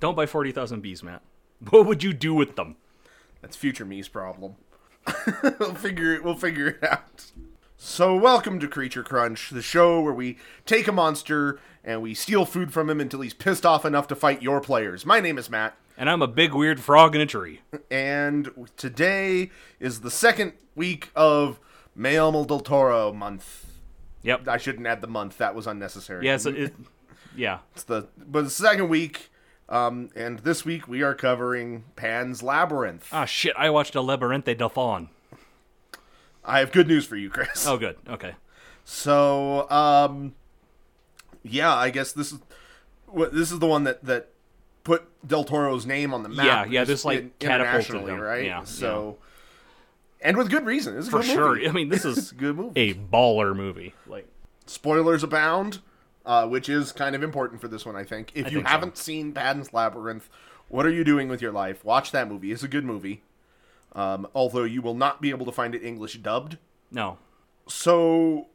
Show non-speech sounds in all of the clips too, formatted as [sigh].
Don't buy 40,000 bees, Matt. [laughs] What would you do with them? That's future me's problem. [laughs] we'll figure it. We'll figure it out. So, welcome to Creature Crunch, the show where we take a monster and we steal food from him until he's pissed off enough to fight your players. My name is Matt, And I'm a big weird frog in a tree. and today is the second week of Maelmal del Toro month. [laughs] Yep. I shouldn't add the month; that was unnecessary. Yeah, so it, yeah. it's the but it's the second week, um, and this week we are covering Pan's Labyrinth. Ah, shit. I watched El Labyrinthe del Faun. I have good news for you, Chris. Oh, good. Okay. So, um, yeah, I guess this is wh- this is the one that that put Del Toro's name on the map. Yeah, yeah, just this, like, in- catapulted internationally, him. right? Yeah, so, and with good reason. It's a For good sure. [laughs] movie. I mean, this is It's a good movie. a baller movie. Like, Spoilers abound, uh, which is kind of important for this one, I think. If you think so. haven't seen Patton's Labyrinth, what are you doing with your life? Watch that movie. It's a good movie. Um, although you will not be able to find it English dubbed. no. So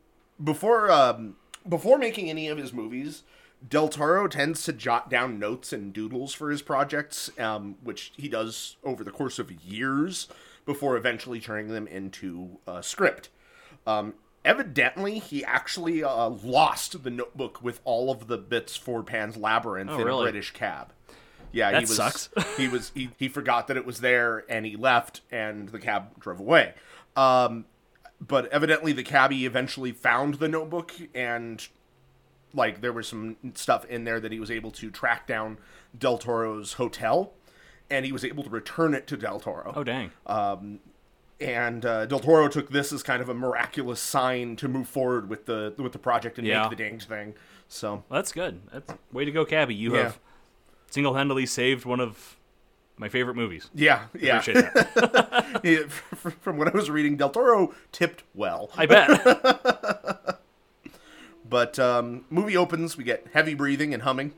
before um, before making any of his movies, Del Toro tends to jot down notes and doodles for his projects, um, which he does over the course of years before eventually turning them into a script. Um, evidently, he actually uh, lost the notebook with all of the bits for Pan's Labyrinth in really? a British cab. Yeah, That he was, sucks. [laughs] he was he, he forgot that it was there and he left and the cab drove away. Um, but evidently the cabbie eventually found the notebook and like there was some stuff in there that he was able to track down Del Toro's hotel and he was able to return it to Del Toro. Oh, dang. Uh, And uh, Del Toro took this as kind of a miraculous sign to move forward with the with the project and Yeah. make the dang thing. So Well, that's good. That's way to go, Cabby. You Yeah. have single handedly saved one of my favorite movies. yeah, [laughs] yeah. Appreciate that. Yeah, f- [laughs] from what I was reading, Del Toro tipped well. [laughs] I bet. But um, movie opens, we get heavy breathing and humming.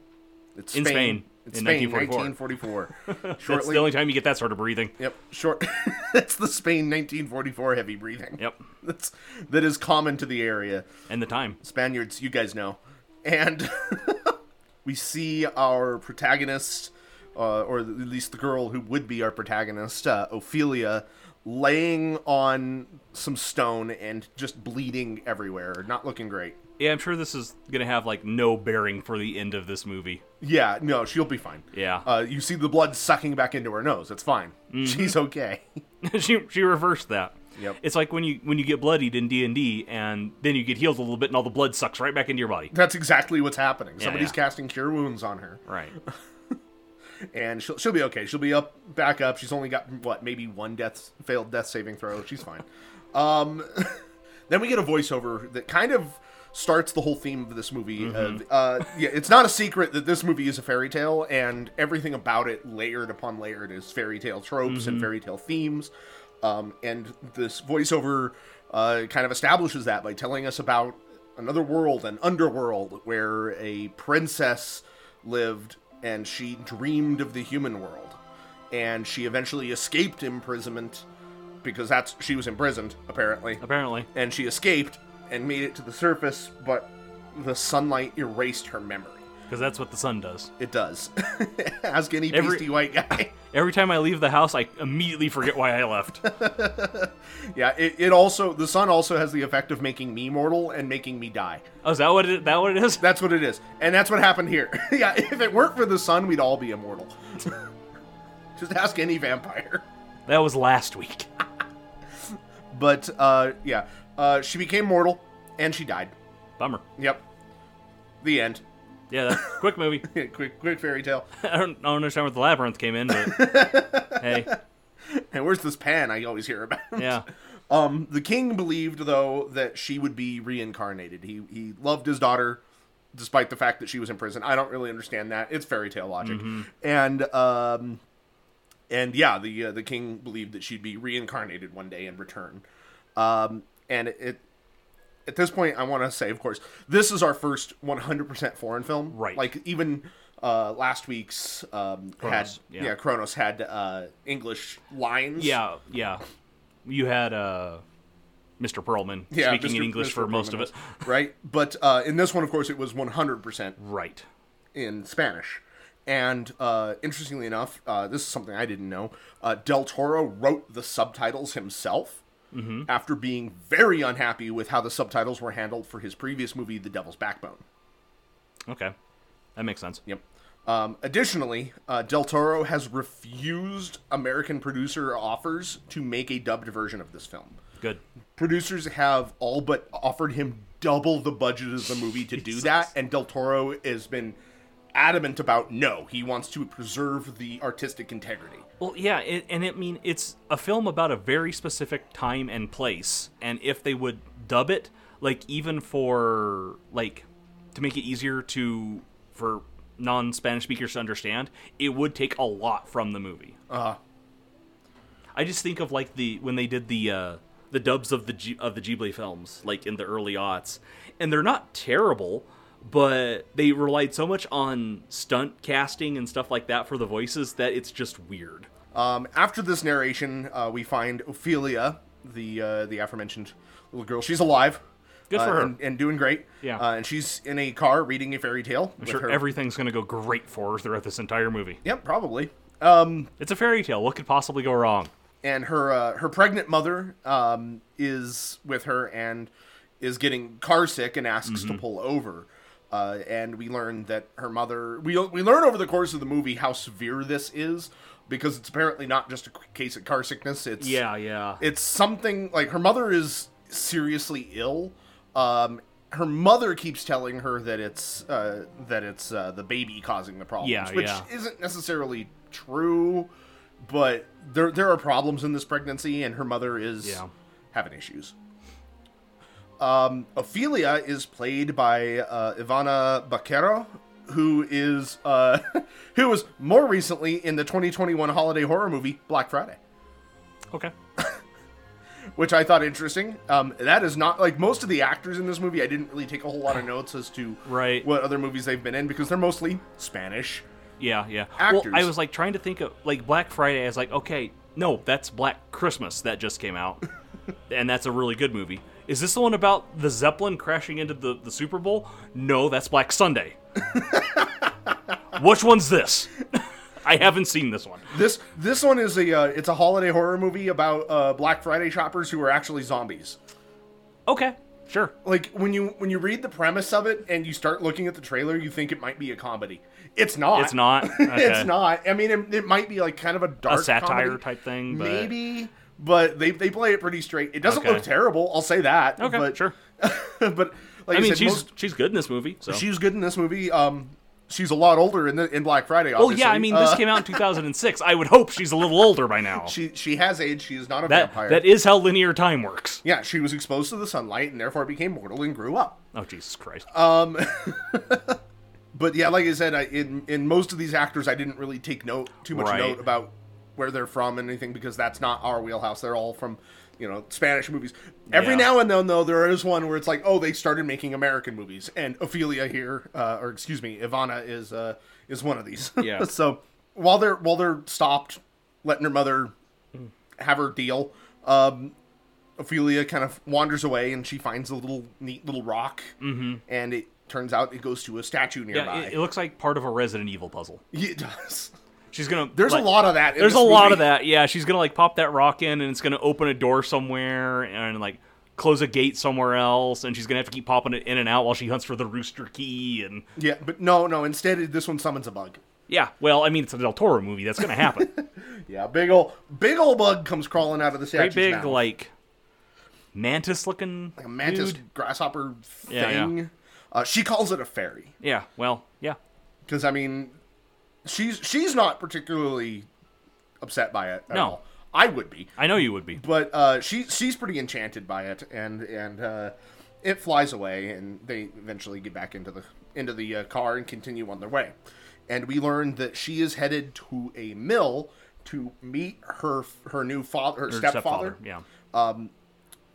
It's In Spain, It's in Spain, 1944. [laughs] 1944. That's Shortly. the only time you get that sort of breathing. Yep, short. [laughs] it's the Spain 1944 heavy breathing. Yep. [laughs] That's that is common to the area. And the time. Spaniards, you guys know. And [laughs] we see our protagonist, uh, or at least the girl who would be our protagonist, uh, Ophelia, laying on some stone and just bleeding everywhere, not looking great. Yeah, I'm sure this is gonna have like no bearing for the end of this movie. Yeah, no, she'll be fine. Yeah. Mm-hmm. Uh, you see the blood sucking back into her nose. It's fine. She's okay. [laughs] [laughs] she she reversed that. Yep. It's like when you when you get bloodied in D and D, and then you get healed a little bit, and all the blood sucks right back into your [laughs] body. That's exactly what's happening. Somebody's yeah. casting cure wounds on her. [laughs] Right. and she'll she'll be okay. She'll be up back up. She's only got what maybe one death failed death saving throw. She's fine. Um, then we get a voiceover that kind of starts the whole theme of this movie. Of, uh, yeah, it's not a secret that this movie is a fairy tale, and everything about it, layered upon layered, is fairy tale tropes and fairy tale themes. Um, and this voiceover uh, kind of establishes that by telling us about another world, an underworld, where a princess lived and she dreamed of the human world. And she eventually escaped imprisonment because that's she was imprisoned, apparently. Apparently. And she escaped and made it to the surface, but the sunlight erased her memory. Because that's what the sun does. It does. [laughs] Ask any Every- beastie white guy. [laughs] Every time I leave the house, I immediately forget why I left. yeah, it, it also the sun also has the effect of making me mortal and making me die. Oh, is that what it, that what it [laughs] is? That's what it is. And that's what happened here. [laughs] yeah, if it weren't for the sun, we'd all be immortal. [laughs] Just ask any vampire. That was last [laughs] week. But uh, yeah, uh, she became mortal and she died. Bummer. Yep. The end. [laughs] Yeah. That, quick movie. [laughs] quick, quick fairy tale. I don't, I don't understand where the labyrinth came in, [laughs] but hey, And where's this pan I always hear about? yeah. Um, the king believed though that she would be reincarnated. He he loved his daughter, despite the fact that she was in prison. I don't really understand that. It's fairy tale logic. Mm-hmm. And um, and yeah, the uh, the king believed that she'd be reincarnated one day and return. Um, and it. At this point, I want to say, of course, this is our first 100% foreign film. Right. Like even uh, last week's um, Kronos, had yeah. yeah, Kronos had uh, English lines. Yeah, yeah. You had uh, Mr. Perlman speaking in Mr. English Mr. for most of Perlman it. was, right? But uh, in this one, of course, it was 100% Right. in Spanish, And uh, interestingly enough, uh, this is something I didn't know. Uh, Del Toro wrote the subtitles himself Mm-hmm. after being very unhappy with how the subtitles were handled for his previous movie, The Devil's Backbone. Okay, that makes sense. Yep. Um, additionally, uh, Del Toro has refused American producer offers to make a dubbed version of this film. Good. Producers have all but offered him double the budget of the movie to do that, and Del Toro has been adamant about no. He wants to preserve the artistic integrity. Well, yeah, it, and it mean it's a film about a very specific time and place, and if they would dub it, like even for like to make it easier to for non-Spanish speakers to understand, it would take a lot from the movie. Uh I just think of like the when they did the uh the dubs of the G- of the Ghibli films like in the early aughts, and they're not terrible. But they relied so much on stunt casting and stuff like that for the voices that it's just weird. Um, after this narration, uh, we find Ophelia, the uh, the aforementioned little girl. She's alive. Good uh, for her. And, and doing great. Yeah. Uh, and she's in a car reading a fairy tale. I'm sure everything's going to go great for her throughout this entire movie. Yep, probably. Um, It's a fairy tale. What could possibly go wrong? and her uh, her pregnant mother um, is with her and is getting car sick and asks to pull over. Uh, and we learn that her mother we we learn over the course of the movie how severe this is because it's apparently not just a case of car sickness. It's Yeah, yeah. it's something like her mother is seriously ill. Um, her mother keeps telling her that it's uh, that it's uh, the baby causing the problems, Yeah, which yeah. isn't necessarily true. But there there are problems in this pregnancy, and her mother is Yeah. having issues. Um, Ophelia is played by uh, Ivana Baquero, who is uh, [laughs] who was more recently in the 2021 holiday horror movie Black Friday okay. which I thought interesting. Um, that is not like most of the actors in this movie. I didn't really take a whole lot of notes as to Right. what other movies they've been in because they're mostly Spanish. Yeah, yeah. Actors. Well, I was like trying to think of like Black Friday. I was like, okay, no, that's Black Christmas that just [laughs] came out, and that's a really good movie. Is this the one about the Zeppelin crashing into the, the Super Bowl? No, that's [laughs] Black Sunday. Which one's this? [laughs] I haven't seen this one. This this one is a uh, it's a holiday horror movie about uh, Black Friday shoppers who are actually zombies. Okay, sure. Like when you when you read the premise of it and you start looking at the trailer, you think it might be a comedy. It's not. It's not. [laughs] it's Okay. not. I mean, it, it might be like kind of a dark satire comedy, type thing, but- maybe. But they, they play it pretty straight. It doesn't Okay. look terrible. I'll say that. Okay, but, sure. [laughs] but like I, I mean, said, she's most- she's good in this movie. So. She's good in this movie. Um, she's a lot older in the, in Black Friday. Well, Obviously. Oh, yeah, I mean, this Uh, came out in 2006. I would hope she's a little older by [laughs] now. she she has age. She is not a that vampire. that is how linear time works. yeah, she was exposed to the sunlight and therefore became mortal and grew up. Oh Jesus Christ! But yeah, like I said, I, in in most of these actors, I didn't really take note too much Right. note about where they're from and anything because that's not our wheelhouse. They're all from you know Spanish movies. Every Yeah. now and then, though, there is one where it's like, oh, they started making American movies, and Ophelia here, uh, or excuse me, Ivana is uh, is one of these. [laughs] Yeah. so while they're while they're stopped, letting her mother have her deal. Um, Ophelia kind of wanders away and she finds a little neat little rock, mm-hmm. and it turns out it goes to a statue yeah, nearby. it, it looks like part of a Resident Evil puzzle. It does. She's gonna. There's like- a lot of that. in There's a this lot movie. of that. Yeah, she's gonna like pop that rock in, and it's gonna open a door somewhere, and like close a gate somewhere else, and she's gonna have to keep popping it in and out while she hunts for the rooster key. And Yeah, but no, no. Instead, it- this one summons a bug. yeah, well, I mean, it's a Del Toro movie. That's gonna happen. [laughs] Yeah, big ol' big ol' bug comes crawling out of the Very statue's big, mouth. like mantis looking. a mantis Dude. grasshopper thing. Yeah, yeah. Uh, she calls it a fairy Yeah. Well. Yeah. because I mean, she's she's not particularly upset by it. At No. all. I would be. I know you would be. but uh, she she's pretty enchanted by it, and and uh, it flies away, and they eventually get back into the into the uh, car and continue on their way. And we learn that she is headed to a mill to meet her her new father, her, Her stepfather. Yeah.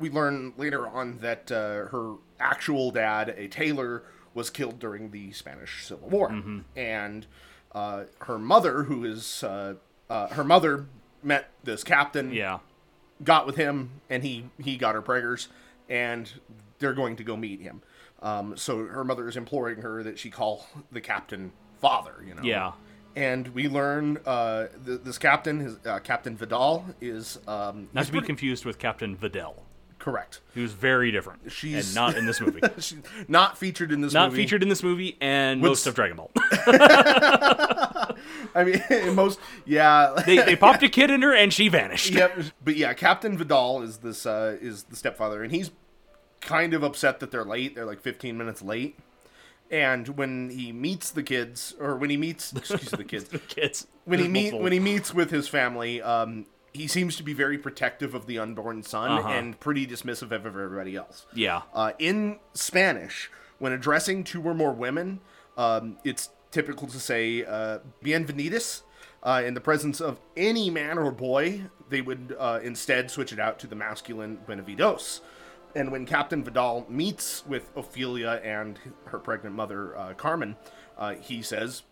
We learn later on that uh, her actual dad, a tailor, was killed during the Spanish Civil War, and uh, her mother, who is uh, uh, her mother, met this captain Yeah. got with him and he he got her prayers and they're going to go meet him um, so her mother is imploring her that she call the captain father you know Yeah. and we learn uh, th- this captain, his, uh, Captain Vidal, is um, Not to be confused with Captain Videl, correct. [laughs] who's very different. She's- and not in [laughs] this movie. She's not featured in this not movie. featured in this movie and most of [laughs] Dragon Ball. I mean, [laughs] in most yeah. [laughs] they, they popped a kid in her and she vanished. yep. But yeah, Captain Vidal is this uh, is the stepfather, and he's kind of upset that they're late. They're like 15 minutes late. And when he meets the kids, or when he meets [laughs] excuse the kids, [laughs] Kids. when he There's meet multiple. when he meets with his family, um, he seems to be very protective of the unborn son Uh-huh. and pretty dismissive of everybody else. Yeah. Uh, in Spanish, when addressing two or more women, um, it's typical to say uh, "bienvenidas." Uh, in the presence of any man or boy, they would uh, instead switch it out to the masculine "bienvenidos." And when Captain Vidal meets with Ophelia and her pregnant mother uh, Carmen, uh, he says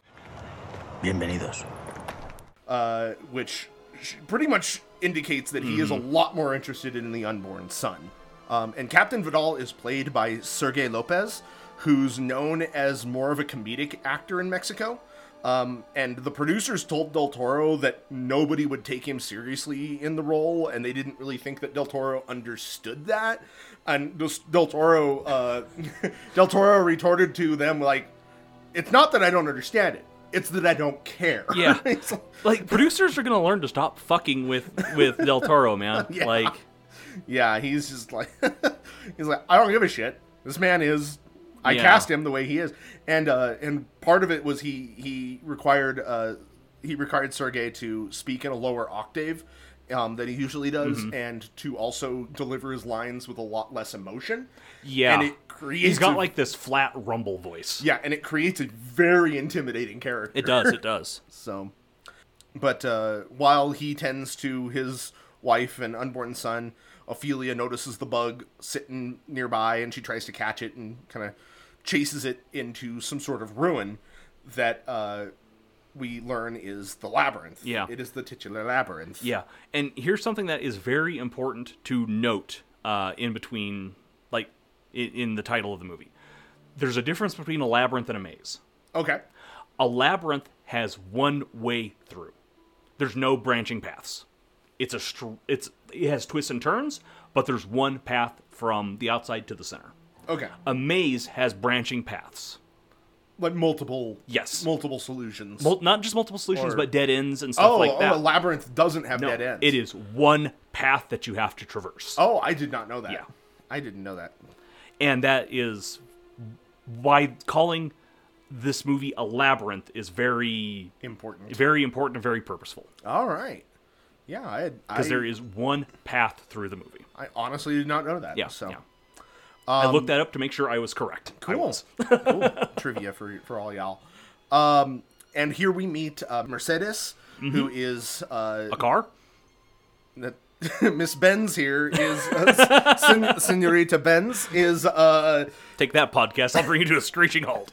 Bienvenidos. uh, which sh- pretty much indicates that he is a lot more interested in the unborn son. Um, and Captain Vidal is played by Sergey Lopez, who's known as more of a comedic actor in Mexico. Um, and the producers told Del Toro that nobody would take him seriously in the role, and they didn't really think that Del Toro understood that. And Del Del Toro, uh, [laughs] Del Toro retorted to them like, "It's not that I don't understand it; it's that I don't care." Yeah. [laughs] It's like- Like producers are gonna learn to stop fucking with with Del Toro, man. [laughs] Yeah. Like Yeah, he's just like [laughs] he's like I don't give a shit. This man is I Yeah. cast him the way he is, and uh, and part of it was he he required uh, he required Sergey to speak in a lower octave um, than he usually does, Mm-hmm. and to also deliver his lines with a lot less emotion. yeah. and it creates He's a- got like this flat rumble voice. yeah, and it creates a very intimidating character. It does, it does. So, but uh, while he tends to his wife and unborn son, Ophelia notices the bug sitting nearby and she tries to catch it and kind of chases it into some sort of ruin that uh, we learn is the labyrinth. Yeah. It is the titular labyrinth. Yeah, and here's something that is very important to note uh, in between, like in, in the title of the movie. There's a difference between a labyrinth and a maze. Okay. A labyrinth has one way through. There's no branching paths. It's a str- it's it has twists and turns, but there's one path from the outside to the center. Okay. A maze has branching paths. Like multiple. Yes. Multiple solutions. Mul- not just multiple solutions, Or- but dead ends and stuff oh, like that. oh, a labyrinth doesn't have no, dead ends. it is one path that you have to traverse. Oh, I did not know that. Yeah. I didn't know that. and that is why calling this movie a labyrinth is very Important. very important and very purposeful All right. Yeah, I had. I, because there is one path through the movie I honestly did not know that. yeah So um, yeah. i looked that up to make sure i was correct I cool. was. [laughs] cool trivia for for all y'all. Um, and here we meet uh, Mercedes, Mm-hmm. who is uh, a car that- [laughs] Miss Benz. Here is uh, sen- Senorita Benz is uh, take that podcast i'll bring you to a [laughs] screeching halt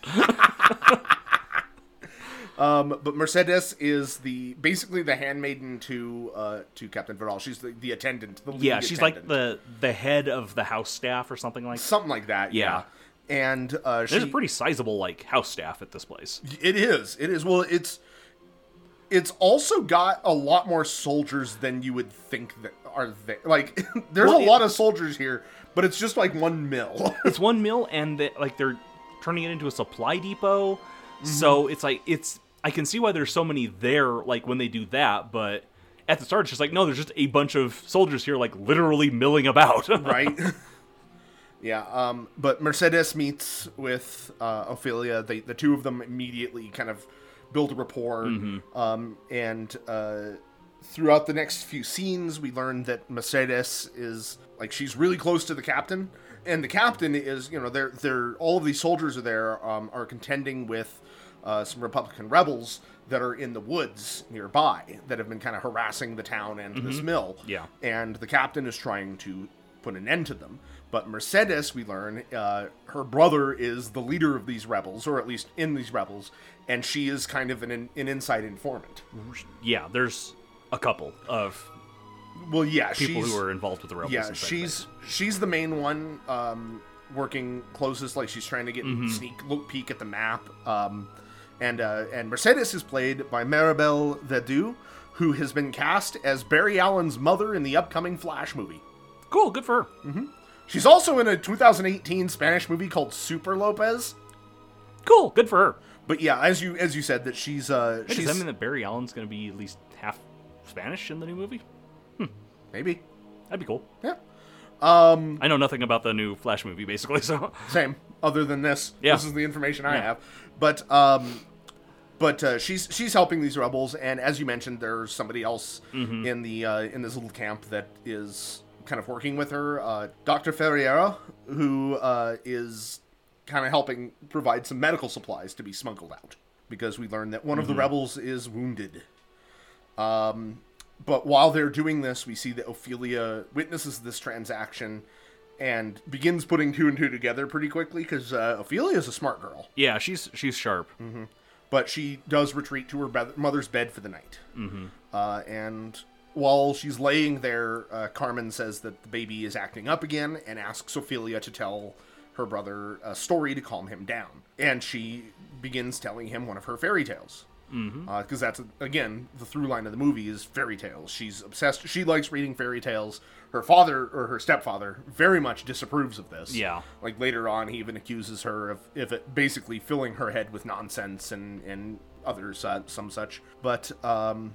um, but Mercedes is the basically the handmaiden to uh, to Captain Vidal. She's the, the attendant. The lead yeah she's like attendant. the the head of the house staff or something like that something like that. Yeah. And uh, there's she, a pretty sizable like house staff at this place It is. It is. Well, it's it's also got a lot more soldiers than you would think that are there. Like, [laughs] there's Well, a it- lot of soldiers here, but it's just like one [laughs] mill. it's one mill and they, like they're turning it into a supply depot Mm-hmm. so it's like it's i can see why there's so many there like when they do that but at the start it's just like no there's just a bunch of soldiers here like literally milling about [laughs] [laughs] right? yeah. Um, but Mercedes meets with uh, Ophelia. They, the two of them immediately kind of build a rapport. Um, and uh, throughout the next few scenes, we learn that Mercedes is like she's really close to the captain, and the captain is you know they're they're all of these soldiers are there um, are contending with uh, some Republican rebels that are in the woods nearby that have been kind of harassing the town and this mill Yeah. and the captain is trying to put an end to them. But Mercedes, we learn, uh, her brother is the leader of these rebels, or at least in these rebels, and she is kind of an, an inside informant. yeah there's a couple of Well, yeah, people she's, who are involved with the rebels yeah, and such she's things. she's the main one Mm-hmm. um, working closest. Like she's trying to get sneak look peek at the map, um, and uh, and Mercedes is played by Maribel Verdú, who has been cast as Barry Allen's mother in the upcoming Flash movie. Cool, good for her. She's also in a 2018 Spanish movie called Super Lopez. Cool, good for her. But yeah, as you as you said that she's uh Hey, does she's that mean that Barry Allen's going to be at least half Spanish in the new movie? maybe That'd be cool. yeah I know nothing about the new Flash movie, basically. So [laughs] same other than this Yeah. this is the information I Yeah. have but um but uh, she's she's helping these rebels and as you mentioned there's somebody else Mm-hmm. in the uh, in this little camp that is kind of working with her uh, Dr. Ferriera who uh, is kind of helping provide some medical supplies to be smuggled out because we learned that one Mm-hmm. of the rebels is wounded But while they're doing this, we see that Ophelia witnesses this transaction and begins putting two and two together pretty quickly because uh, Ophelia is a smart girl. yeah, she's she's sharp. But she does retreat to her beth- mother's bed for the night. Mm-hmm. Uh, and while she's laying there, uh, Carmen says that the baby is acting up again and asks Ophelia to tell her brother a story to calm him down. And she begins telling him one of her fairy tales because that's again the through line of the movie is fairy tales. She's obsessed. She likes reading fairy tales. Her father or her stepfather very much disapproves of this. Yeah. Like later on, he even accuses her of if it basically filling her head with nonsense and and others uh, some such. But um,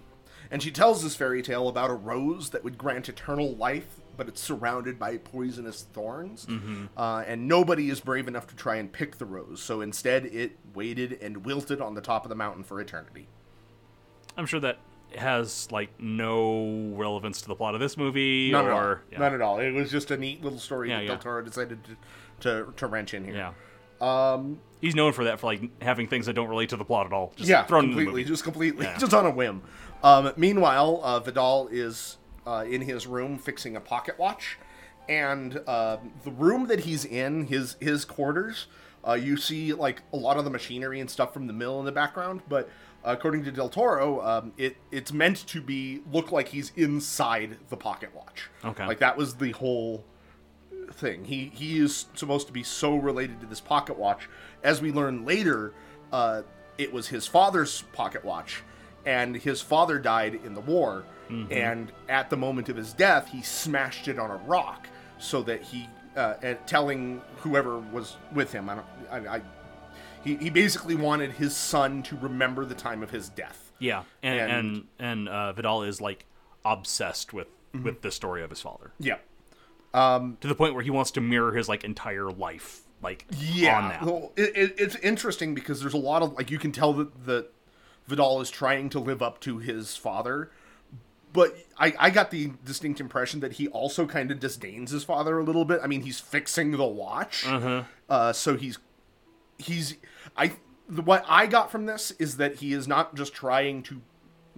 and she tells this fairy tale about a rose that would grant eternal life. But it's surrounded by poisonous thorns, Mm-hmm. uh, and nobody is brave enough to try and pick the rose. So instead, it waited and wilted on the top of the mountain for eternity. I'm sure that has like no relevance to the plot of this movie None or at all. yeah. None at all. It was just a neat little story Yeah, that yeah. Del Toro decided to, to to wrench in here. Yeah. Um, he's known for that for like having things that don't relate to the plot at all. Just yeah, thrown in the completely, movie. just completely, [laughs] Yeah. just on a whim. Um, meanwhile, uh, Vidal is uh, in his room fixing a pocket watch, and uh, the room that he's in, his his quarters, uh, you see like a lot of the machinery and stuff from the mill in the background. But according to Del Toro, um, it it's meant to be look like he's inside the pocket watch. Okay. like that was the whole thing. He he is supposed to be so related to this pocket watch. As we learn later, uh, it was his father's pocket watch, and his father died in the war. And at the moment of his death, he smashed it on a rock so that he, uh, and telling whoever was with him, I don't, I, I he, he basically wanted his son to remember the time of his death. Yeah, and and And- and, uh, Vidal is like obsessed with with the story of his father Yeah. to the point where he wants to mirror his like entire life like yeah on that. well, it, it, it's interesting because there's a lot of like you can tell that that vidal is trying to live up to his father but I, I got the distinct impression that he also kind of disdains his father a little bit. I mean, he's fixing the watch, Uh-huh. uh so he's he's I the, what I got from this is that he is not just trying to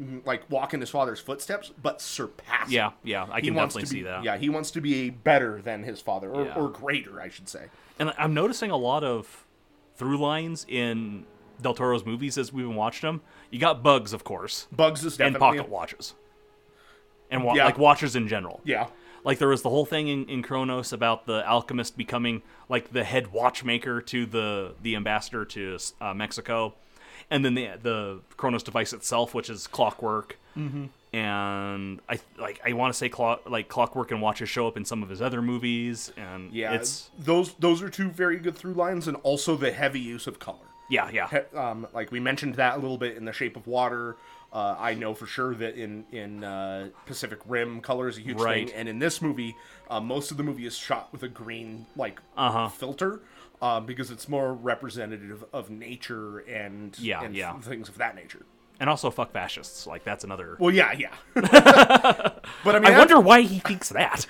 mm, like walk in his father's footsteps, but surpass. him. Yeah, yeah, I He can wants to definitely be, see that. Yeah, he wants to be better than his father, or, Yeah. or greater, I should say. and I'm noticing a lot of through lines in Del Toro's movies as we've been watching them. You got bugs, of course, Bugs is and definitely pocket watches, and wa- Yeah. like watches in general. Yeah. Like there was the whole thing in, in Kronos about the alchemist becoming like the head watchmaker to the the ambassador to uh, Mexico, and then the the Kronos device itself, which is clockwork. Mm-hmm. And I like I want to say clock like clockwork and watches show up in some of his other movies, and Yeah. it's those those are two very good through lines and also the heavy use of color. yeah yeah He- Um, like we mentioned that a little bit in the shape of water. Uh, I know for sure that in in uh, Pacific Rim, color is a huge Right. thing, and in this movie, uh, most of the movie is shot with a green like Uh-huh. filter um, because it's more representative of nature and Yeah, and yeah. things of that nature. and also fuck fascists. Like that's another. Well, yeah, [laughs] yeah. but I mean, I that's- wonder why he thinks that.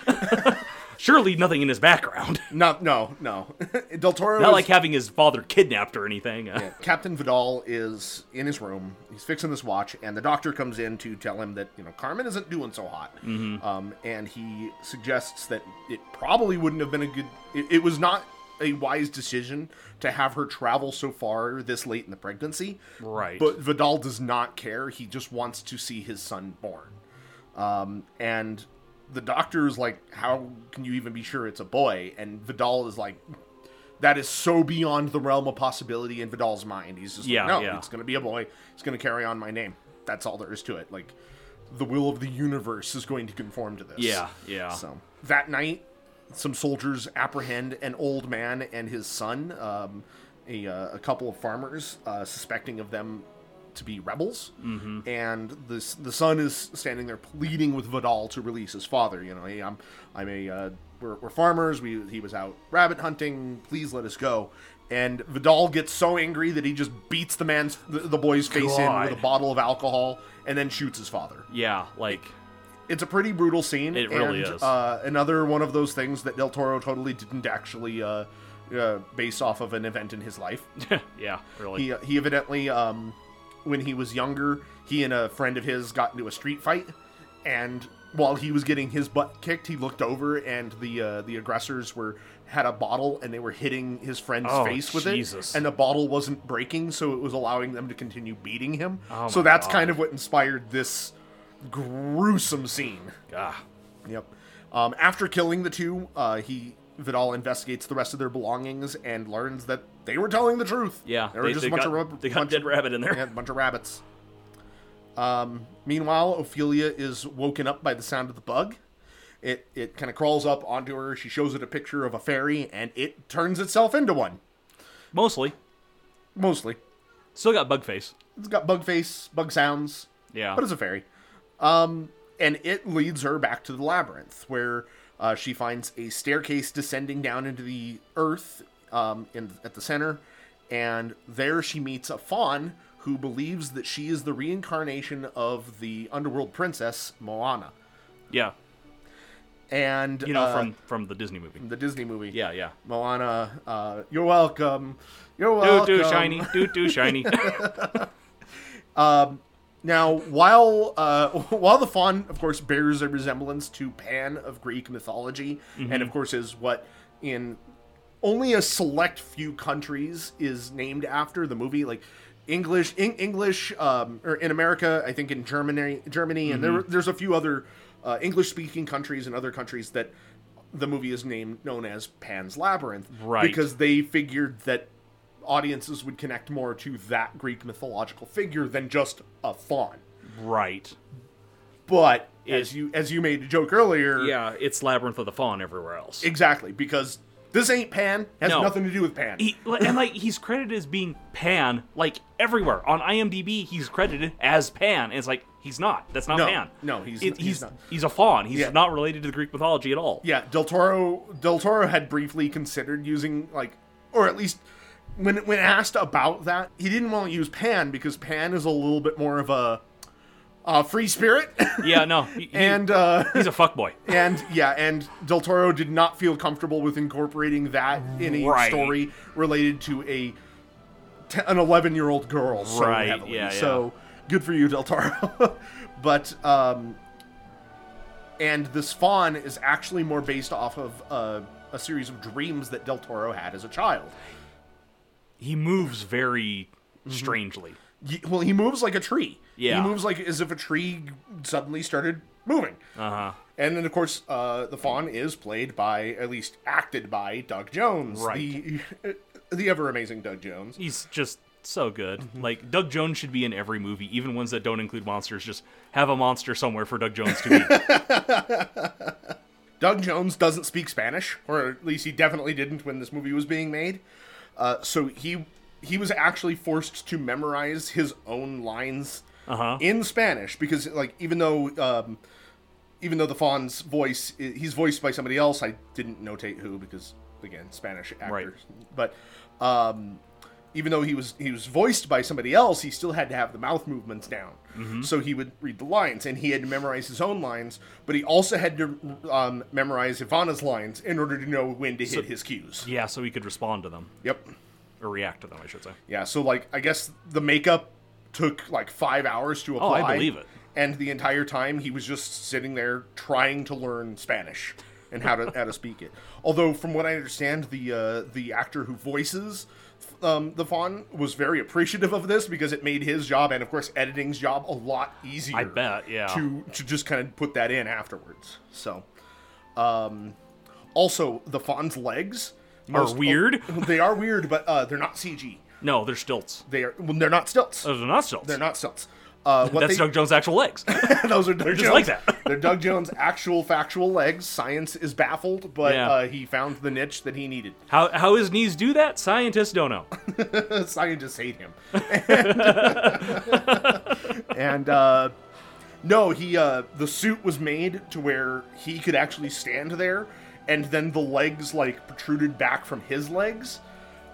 [laughs] Surely nothing in his background. No, no, no. [laughs] Del Toro Not is- like having his father kidnapped or anything. Uh, Captain Vidal is in his room. He's fixing this watch, and the doctor comes in to tell him that you know Carmen isn't doing so hot. Um, and he suggests that it probably wouldn't have been a good. It, it was not a wise decision to have her travel so far this late in the pregnancy. Right. But Vidal does not care. He just wants to see his son born. Um, and the doctor is like, "How can you even be sure it's a boy?" And Vidal is like, that is so beyond the realm of possibility in Vidal's mind. He's just Yeah, like, no, yeah. it's going to be a boy. It's going to carry on my name. That's all there is to it. Like, the will of the universe is going to conform to this. Yeah, yeah. So that night, some soldiers apprehend an old man and his son, um, a, uh, a couple of farmers, uh, suspecting of them to be rebels. Mm-hmm. And this, the son is standing there pleading with Vidal to release his father. You know, hey, I'm, I'm a, uh, we're, we're farmers. We, he was out rabbit hunting. Please let us go. And Vidal gets so angry that he just beats the man's, the, the boy's face in with God. a bottle of alcohol and then shoots his father [laughs] Yeah, like [laughs] it's a pretty brutal scene. It really and, is. Uh, another one of those things that Del Toro totally didn't actually uh, uh, base off of an event in his life. yeah, really. he he evidently, um, when he was younger, he and a friend of his got into a street fight, and while he was getting his butt kicked, he looked over and the uh, the aggressors were had a bottle and they were hitting his friend's Oh, face with Jesus. it, and the bottle wasn't breaking, so it was allowing them to continue beating him. Oh so my that's God. kind of what inspired this gruesome scene. Ah, Yep. Um, after killing the two, uh, he Vidal investigates the rest of their belongings and learns that they were telling the truth. yeah. they were they, just they a bunch got, of rub- they got bunch dead rabbit in there. yeah, a bunch of rabbits. Um, meanwhile, Ophelia is woken up by the sound of the bug. It it kind of crawls up onto her. She shows it a picture of a fairy, and it turns itself into one. [laughs] Mostly, Mostly, still got bug face. it's got bug face, bug sounds. Yeah, But it's a fairy. Um, and it leads her back to the labyrinth, where uh, she finds a staircase descending down into the earth um, in, at the center. And there she meets a faun who believes that she is the reincarnation of the underworld princess, Moana. yeah. And, You know, uh, from from the Disney movie. the Disney movie. Yeah, yeah. Moana, uh, you're welcome. You're Doo welcome. doo shiny, doo doo [laughs] shiny. Now, while uh, [laughs] while the faun, of course, bears a resemblance to Pan of Greek mythology, and of course is what in only a select few countries is named after the movie, like English, in English, um, or in America, I think in Germany, Germany, and there, there's a few other uh, English-speaking countries and other countries that the movie is named known as Pan's Labyrinth, Right. Because they figured that audiences would connect more to that Greek mythological figure than just a faun. right. But as you as you made a joke earlier, Yeah, it's labyrinth of the fawn everywhere else. exactly, because this ain't Pan has No. nothing to do with Pan. He, and like he's credited as being Pan, like everywhere on IMDb, he's credited as Pan. And it's like he's not. That's not No, Pan. no, he's- It- he's he's not. he's a fawn. He's Yeah. not related to the Greek mythology at all. yeah, Del Toro Del Toro had briefly considered using like, or at least when when asked about that, he didn't want to use Pan because Pan is a little bit more of a, uh free spirit, [laughs] Yeah, no. he- he- and uh, he's a fuckboy. and yeah, and Del Toro did not feel comfortable with incorporating that in a Right. story related to a t- an eleven year old girl so Right, heavily. yeah, So good for you, Del Toro. [laughs] but um, and this fawn is actually more based off of uh, a series of dreams that Del Toro had as a child. He moves very strangely. Ye- Well, he moves like a tree. Yeah. he moves like as if a tree suddenly started moving. Uh huh. And then, of course, uh, the Fawn is played by, at least acted by, Doug Jones, Right. the [laughs] the ever amazing Doug Jones. He's just so good. Mm-hmm. Like Doug Jones should be in every movie, even ones that don't include monsters. Just have a monster somewhere for Doug Jones to [laughs] be. Doug Jones doesn't speak Spanish, or at least he definitely didn't when this movie was being made. Uh, so he he was actually forced to memorize his own lines Uh-huh. in Spanish because, like, even though um, even though the Fawn's voice i- he's voiced by somebody else, I didn't notate who because again, Spanish actors. But um, even though he was he was voiced by somebody else, he still had to have the mouth movements down. So he would read the lines, and he had to memorize his own lines, but he also had to um, memorize Ivana's lines in order to know when to hit his cues. yeah, so he could respond to them Yep. or react to them, I should say. Yeah. So like, I guess the makeup took like five hours to apply. Oh, I believe it. And the entire time he was just sitting there trying to learn Spanish and how to how to speak it. Although, from what I understand, the uh, the actor who voices um, the fawn was very appreciative of this because it made his job and, of course, editing's job a lot easier. I bet, yeah. To to just kind of put that in afterwards. So, um, also the fawn's legs. are weird. [laughs] they are weird, but uh, they're not CG. No, they're stilts. They are. Well, they're not stilts. Those are not stilts. They're not stilts. Uh, what Oh. That's they, Doug Jones' actual legs. [laughs] those are Doug just Jones. like that. they're Doug Jones' actual factual legs. Science is baffled, but Yeah. uh, he found the niche that he needed. [laughs] how how his knees do that? Scientists don't know. Scientists hate [laughs] him. [laughs] And, and, uh, no, he uh, the suit was made to where he could actually stand there, and then the legs like protruded back from his legs.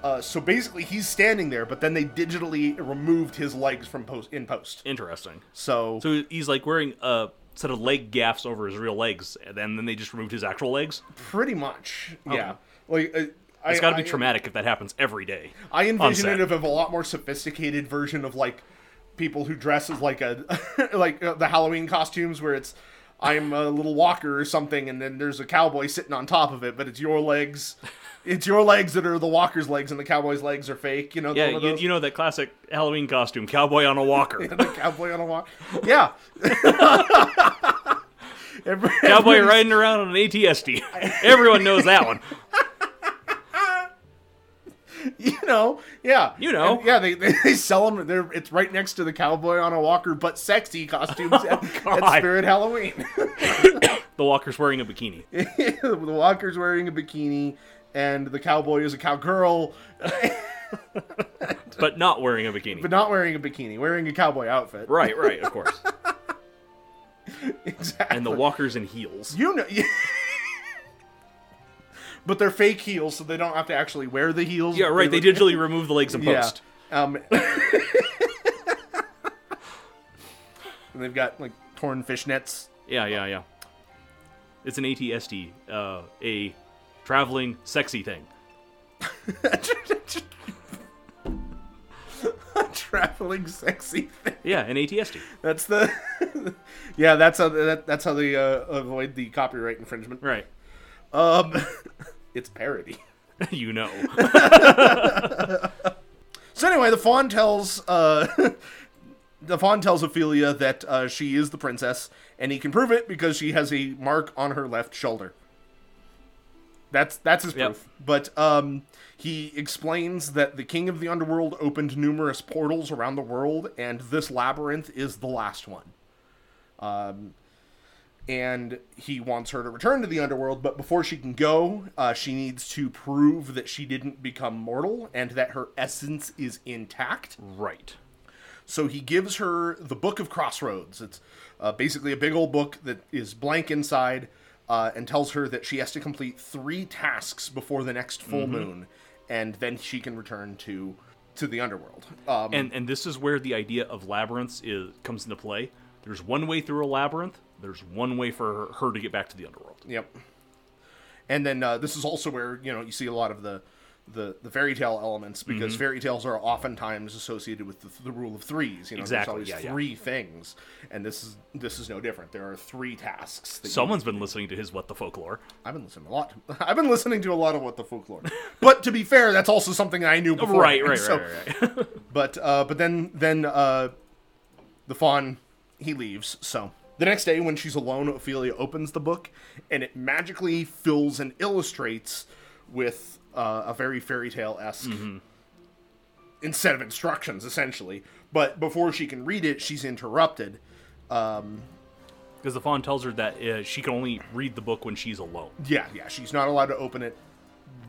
Uh, so basically, he's standing there, but then they digitally removed his legs from post in post. Interesting. So, So he's like wearing a set of leg gaffs over his real legs, and then then they just removed his actual legs. pretty much, yeah. Like uh, I- It's got to be I- traumatic if that happens every day. I on envision set. it of a lot more sophisticated version of like people who dress as like a [laughs] like uh, the Halloween costumes where it's I'm a little walker or something, and then there's a cowboy sitting on top of it, but it's your legs. It's your legs that are the walker's legs, and the cowboy's legs are fake. You know, Yeah, one of you, those- you know that classic Halloween costume, cowboy on [laughs] a walker. the cowboy on a walk. Yeah. [laughs] Every- cowboy riding around on an [laughs] ATSD. Everyone knows that one. [laughs] you know, yeah, You know. And, yeah. They, they they sell them. They're it's right next to the cowboy on a walker, but sexy [laughs] costumes at, at Oh, God. Spirit Halloween. [laughs] The walker's wearing a bikini. the walker's wearing a bikini and the cowboy is a cowgirl but not wearing a bikini. but not wearing a bikini wearing a cowboy outfit right, right, of course. [laughs] exactly And the walker's in heels. you know [laughs] but they're fake heels so they don't have to actually wear the heels Yeah, right. They look- digitally remove the legs in yeah post. um and they've got like torn fishnets [laughs] Yeah, yeah, yeah. It's an ATSD, uh, a traveling sexy thing. traveling sexy thing Yeah, an ATSD. that's the [laughs] yeah that's how that, that's how they uh, avoid the copyright infringement Right. [laughs] Um, [laughs] it's parody. you know. So anyway, the fawn tells uh, [laughs] the fawn tells Ophelia that uh, she is the princess, and he can prove it because she has a mark on her left shoulder. That's that's his Yep. proof. But um, he explains that the king of the underworld opened numerous portals around the world, and this labyrinth is the last one. Um, and he wants her to return to the underworld, but before she can go, uh, she needs to prove that she didn't become mortal and that her essence is intact. right. So he gives her the Book of Crossroads. It's uh, basically a big old book that is blank inside uh, and tells her that she has to complete three tasks before the next full Mm-hmm. moon, and then she can return to to the underworld. Um, And and this is where the idea of labyrinths is comes into play. There's one way through a labyrinth. There's one way for her, her to get back to the underworld. Yep. And then uh, this is also where you know you see a lot of the the, the fairy tale elements because Mm-hmm. fairy tales are oftentimes associated with the, the rule of threes. You know, Exactly, there's yeah, always yeah. three things, and this is this is no different. There are three tasks. That you- Someone's been listening to his what the folklore. I've been listening a lot. [laughs] I've been listening to a lot of what the folklore. but to be fair, that's also something I knew before. [laughs] Right, [laughs] right, right, So- right, right. But uh, but then then uh, the fawn he leaves. So the next day, when she's alone, Ophelia opens the book, and it magically fills and illustrates with uh, a very fairy tale esque Mm-hmm. instead of instructions, essentially. But before she can read it, she's interrupted. Because the fawn tells her that uh, she can only read the book when she's alone. Yeah, yeah, she's not allowed to open it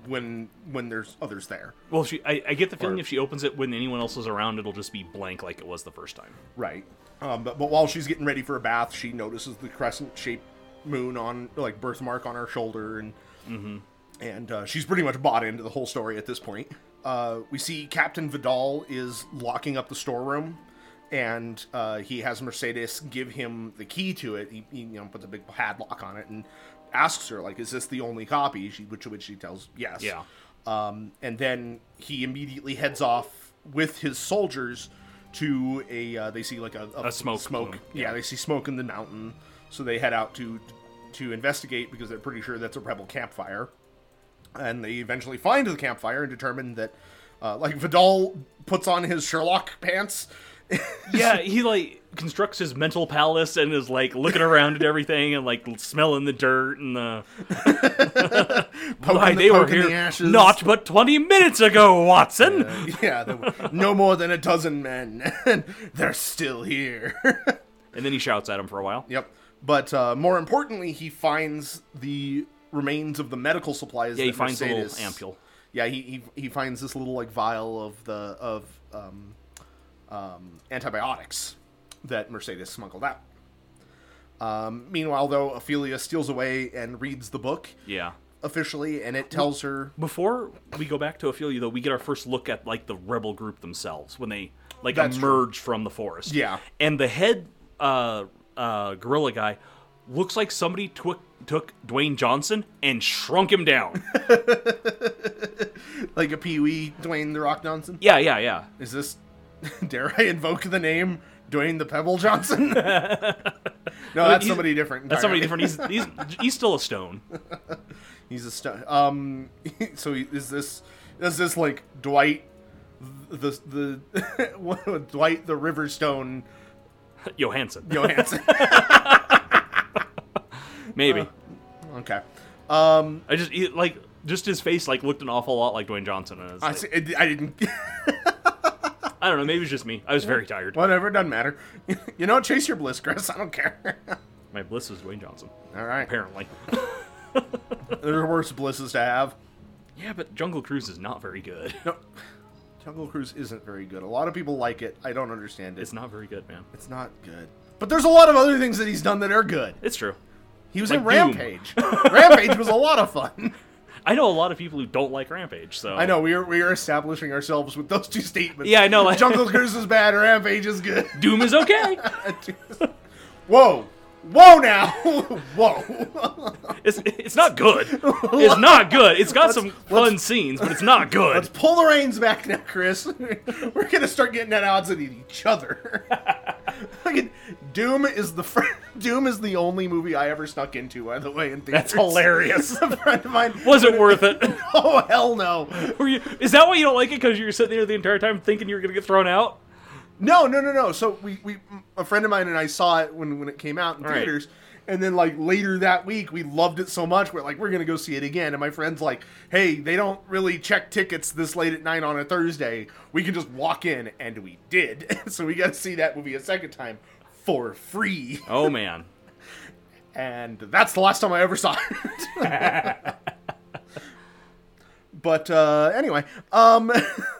when when there's others there. Well, she I, I get the feeling if she opens it when anyone else is around, it'll just be blank like it was the first time. Right. Um, but, but while she's getting ready for a bath, she notices the crescent shaped moon on like birthmark on her shoulder, and and uh, she's pretty much bought into the whole story at this point. Uh, we see Captain Vidal is locking up the storeroom, and uh, he has Mercedes give him the key to it. He, he you know puts a big padlock on it and asks her like, "Is this the only copy?" She, which which she tells yes. Yeah. Um, and then he immediately heads off with his soldiers to a. Uh, they see like a, A smoke smoke. plume, Yeah. yeah. they see smoke in the mountain, so they head out to to investigate because they're pretty sure that's a rebel campfire. And they eventually find the campfire and determine that, uh, like Vidal puts on his Sherlock pants [laughs] yeah, he like constructs his mental palace and is like looking around at everything and like smelling the dirt and the why the- they were poking the here ashes. not but twenty minutes ago, Watson. [laughs] yeah, there were no more than a dozen men, [laughs] and they're still here. [laughs] And then he shouts at him for a while. yep. But uh, more importantly, he finds the remains of the medical supplies. Yeah, he that finds the little Mercedes, ampule. Yeah, he, he he finds this little like vial of the of um, um, antibiotics that Mercedes smuggled out. Um, meanwhile, though, Ophelia steals away and reads the book Yeah. officially, and it tells her Before we go back to Ophelia, though, we get our first look at like the rebel group themselves when they like That's true. emerge from the forest. Yeah. and the head uh, uh, gorilla guy looks like somebody took took Dwayne Johnson and shrunk him [laughs] down. like a Pee Wee Dwayne the Rock Johnson. yeah, yeah, yeah. Is this? [laughs] Dare I invoke the name Dwayne the Pebble Johnson? [laughs] no, that's he's- somebody different. That's somebody entirely. different. He's he's he's still a stone. [laughs] He's a stu- um. [laughs] So he- is this is this like Dwight the the [laughs] what- Dwight the Riverstone Johansson, [laughs] Johansson? maybe. Uh. okay. Um. I just he, like just his face like looked an awful lot like Dwayne Johnson. And I, was I like- see, I didn't. [laughs] I don't know. Maybe it's just me. I was very tired. Whatever. Doesn't matter. [laughs] you know, chase your bliss, Chris. [laughs] I don't care. My bliss is Dwayne Johnson. All right. Apparently. [laughs] There are worse blisses to have. Yeah, but Jungle Cruise is not very good. [laughs] No. Jungle Cruise isn't very good. A lot of people like it. I don't understand it. It's not very good, man. It's not good. But there's a lot of other things that he's done that are good. It's true. He was in Like Doom. Rampage. Rampage was a lot of [laughs] fun. I know a lot of people who don't like Rampage, so I know we are we are establishing ourselves with those two statements. Yeah, I know, [laughs] like- [laughs] Jungle Cruise is bad. Rampage is good. [laughs] Doom is okay. Whoa. Whoa now! [laughs] Whoa! [laughs] It's, it's not good. It's not good. It's got some fun scenes, but [laughs] it's not good. Let's pull the reins back now, Chris. [laughs] We're gonna start getting at odds with each other. [laughs] Fucking Doom is the fir- [laughs] Doom is the only movie I ever snuck into, by the way. In That's theaters. [laughs] hilarious. a friend of mine. Was it worth it? [laughs] Oh hell no! Were you, is that why you don't like it? Because you were sitting there the entire time thinking you were going to get thrown out? No, no, no, no. So we, we a friend of mine and I saw it when when it came out in All right. theaters. And then like later that week, we loved it so much we're like we're gonna go see it again. And my friend's like, "Hey, they don't really check tickets this late at night on a Thursday. We can just walk in." And we did. [laughs] so we got to see that movie a second time for free. Oh, man. And that's the last time I ever saw it. [laughs] but uh, anyway, um,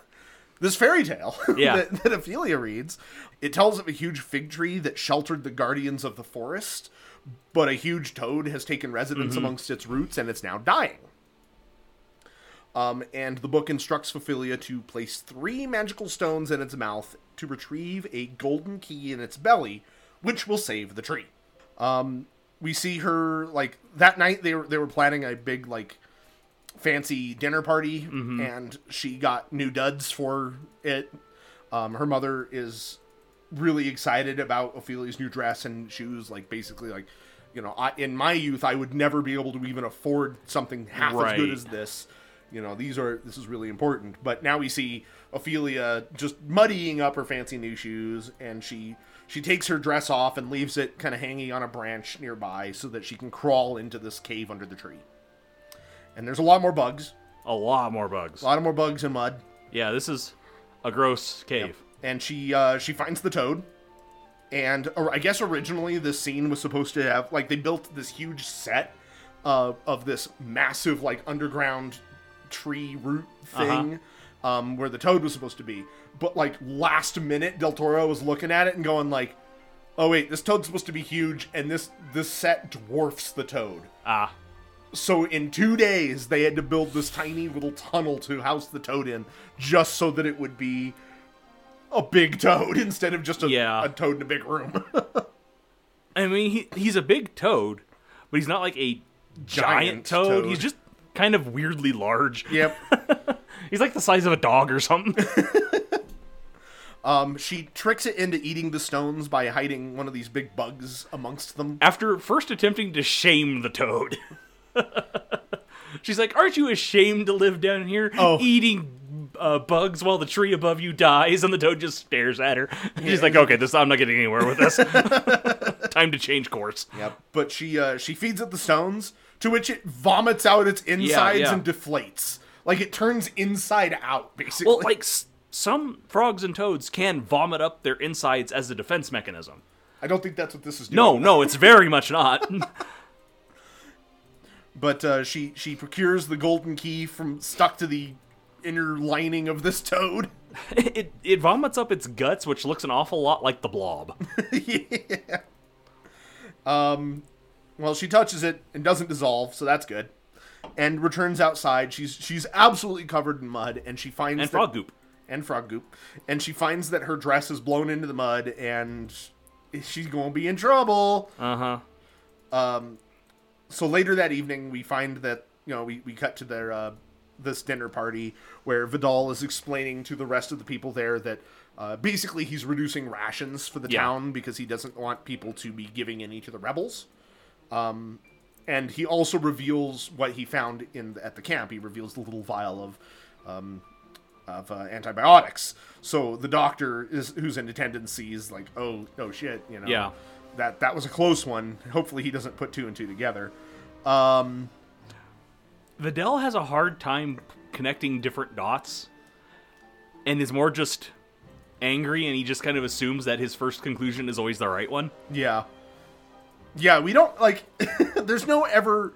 [laughs] this fairy tale [laughs] Yeah. that, that Ophelia reads, it tells of a huge fig tree that sheltered the guardians of the forest, but a huge toad has taken residence amongst its roots and it's now dying. Um, and the book instructs Ophelia to place three magical stones in its mouth to retrieve a golden key in its belly, which will save the tree. Um, we see her like that night. They were they were planning a big like fancy dinner party, and she got new duds for it. Um, her mother is really excited about Ophelia's new dress and shoes. Like basically, like you know, I, in my youth, I would never be able to even afford something half as good Right. as this. You know, these are this is really important. But now we see Ophelia just muddying up her fancy new shoes, and she she takes her dress off and leaves it kind of hanging on a branch nearby so that she can crawl into this cave under the tree. And there's a lot more bugs, A lot more bugs. a lot of more bugs and mud. Yeah, this is a gross cave. and she uh, she finds the toad. And or I guess originally this scene was supposed to have like they built this huge set uh, of this massive like underground tree root Uh-huh. thing um, where the toad was supposed to be. But like last minute, Del Toro was looking at it and going like, "Oh wait, this toad's supposed to be huge, and this this set dwarfs the toad." Ah, So in two days, they had to build this tiny little tunnel to house the toad in, just so that it would be a big toad [laughs] instead of just a, Yeah. a toad in a big room. [laughs] I mean, he, he's a big toad, but he's not like a giant, Giant toad. toad. He's just kind of weirdly large. yep. He's like the size of a dog or something. Um, she tricks it into eating the stones by hiding one of these big bugs amongst them. After first attempting to shame the toad, [laughs] she's like, Aren't you ashamed to live down here Oh. eating uh, bugs while the tree above you dies, and the toad just stares at her. [laughs] She's like, okay, this I'm not getting anywhere with this. [laughs] Time to change course. Yep. But she uh, she feeds it the stones, to which it vomits out its insides yeah. and deflates. Like it turns inside out, basically. Well, like s- some frogs and toads can vomit up their insides as a defense mechanism. I don't think that's what this is doing. No, no, it's very much not. [laughs] But uh, she she procures the golden key from stuck to the inner lining of this toad. it it vomits up its guts, which looks an awful lot like the blob. [laughs] Um, Well, she touches it and doesn't dissolve, so that's good. And returns outside. She's she's absolutely covered in mud, and she finds And that- frog goop. and frog goop, and she finds that her dress is blown into the mud, and she's gonna be in trouble. Uh huh. so later that evening we find that you know we, we cut to their uh, this dinner party where vidal is explaining to the rest of the people there that uh, basically he's reducing rations for the Yeah. town because he doesn't want people to be giving any to the rebels um, and he also reveals what he found in at the camp he reveals the little vial of um, of uh, antibiotics so the doctor is who's in attendance sees like oh oh shit you know Yeah. that that was a close one. Hopefully, he doesn't put two and two together. Um, Videl has a hard time connecting different dots and is more just angry and he just kind of assumes that his first conclusion is always the right one. yeah, yeah. We don't like. [laughs] there's no ever.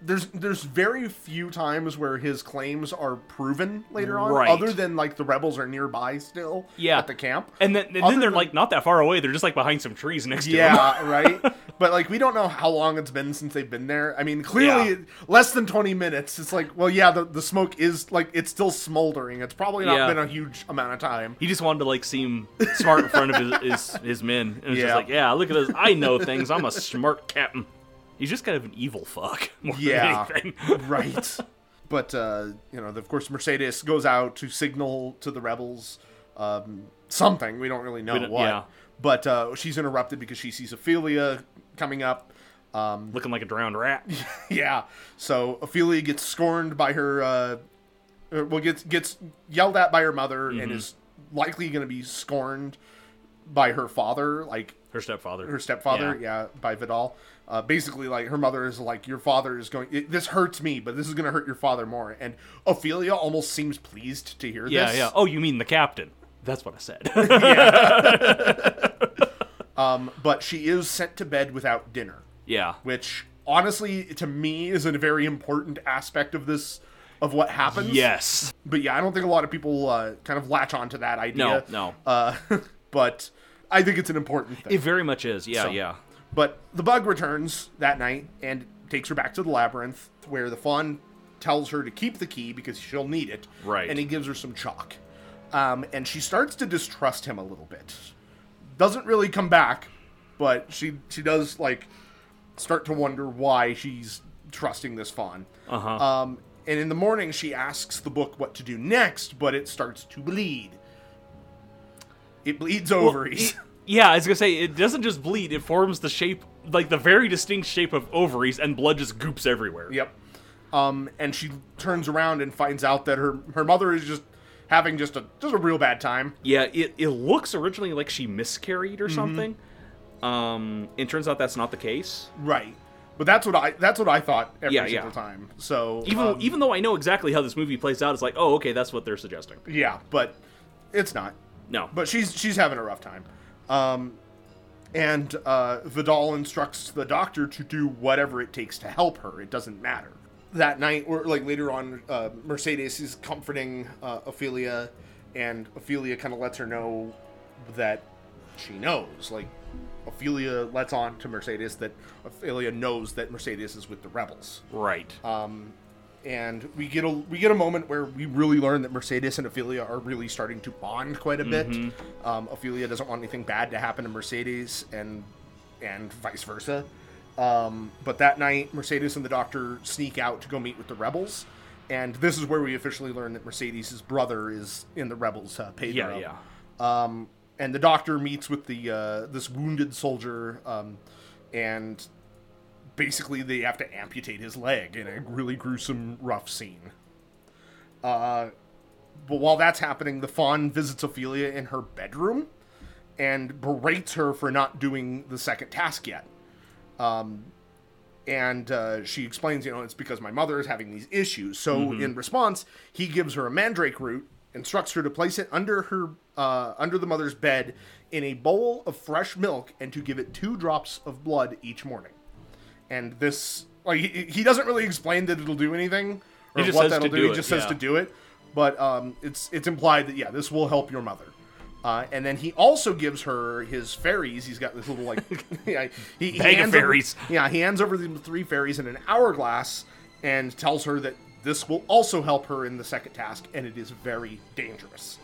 There's there's very few times where his claims are proven later on, Right. other than like the rebels are nearby still. Yeah. at the camp. And then, and Other then they're than- like not that far away. They're just like behind some trees next to him. Yeah, [laughs] right. But like, we don't know how long it's been since they've been there. I mean, clearly Yeah. less than twenty minutes. It's like, well, yeah, the, the smoke is like it's still smoldering. It's probably not Yeah. been a huge amount of time. He just wanted to like seem smart in front of his his, his men. And it's Yeah. just like, yeah, look at this. I know things. I'm a smart captain. He's just kind of an evil fuck. [laughs] More Yeah. Than anything. right [laughs] but uh you know of course mercedes goes out to signal to the rebels um something we don't really know don't- what yeah. but uh she's interrupted because she sees ophelia coming up [laughs] um Looking like a drowned rat. [laughs] yeah so ophelia gets scorned by her uh uh, well gets gets yelled at by her mother and is likely going to be scorned by her father like Her stepfather. her stepfather, yeah, by Vidal. Uh, basically, like her mother is like, your father is going. It, this hurts me, but this is going to hurt your father more. And Ophelia almost seems pleased to hear Yeah, this. yeah. Oh, you mean the captain? That's what I said. [laughs] Um, but she is sent to bed without dinner, yeah. which honestly, to me, is a very important aspect of this of what happens. Yes. But yeah, I don't think a lot of people uh, kind of latch onto that idea. no. Uh, [laughs] but I think it's an important thing. It very much is. Yeah, So- yeah. But the bug returns that night and takes her back to the labyrinth where the fawn tells her to keep the key because she'll need it. Right. And he gives her some chalk. Um, and she starts to distrust him a little bit. Doesn't really come back, but she she does like start to wonder why she's trusting this fawn. Uh-huh. Um, and in the morning, she asks the book what to do next, but it starts to bleed. It bleeds ovaries. It- yeah, I was gonna say it doesn't just bleed; it forms the shape, like the very distinct shape of ovaries, and blood just goops everywhere. Yep. Um, and she turns around and finds out that her her mother is just having just a just a real bad time. Yeah, it, it looks originally like she miscarried or something. Um, it turns out that's not the case. Right. But that's what I that's what I thought every Yeah, single yeah. time. So Even um, even though I know exactly how this movie plays out, it's like, oh, okay, that's what they're suggesting. yeah, but it's not. No, But she's she's having a rough time. Um, and uh, Vidal instructs the doctor to do whatever it takes to help her. It doesn't matter. That night, or like later on, uh, Mercedes is comforting uh, Ophelia, and Ophelia kind of lets her know that she knows. Like Ophelia lets on to Mercedes that Ophelia knows that Mercedes is with the rebels right. and we get a we get a moment where we really learn that Mercedes and Ophelia are really starting to bond quite a bit. Mm-hmm. Um, Ophelia doesn't want anything bad to happen to Mercedes, and and vice versa. Um, but that night, Mercedes and the Doctor sneak out to go meet with the rebels, and this is where we officially learn that Mercedes' brother is in the rebels. Uh, Pedro. yeah, yeah. Um, and the doctor meets with the uh, this wounded soldier, um, and basically they have to amputate his leg in a really gruesome, rough scene. Uh, But while that's happening, the Fawn visits Ophelia in her bedroom and berates her for not doing the second task yet. Um, and uh, she explains, you know, it's because my mother is having these issues. So Mm-hmm. in response, he gives her a mandrake root, instructs her to place it under her uh, under the mother's bed in a bowl of fresh milk, and to give it two drops of blood each morning. And this, like, he, he doesn't really explain that it'll do anything or He just what says that'll do. to do He it, just says yeah. to do it. But um, it's it's implied that yeah, this will help your mother. Uh, and then he also gives her his fairies. He's got this little [laughs] like yeah, he, he Bag of hands over- fairies. yeah, he hands over the three fairies in an hourglass and tells her that this will also help her in the second task, and it is very dangerous.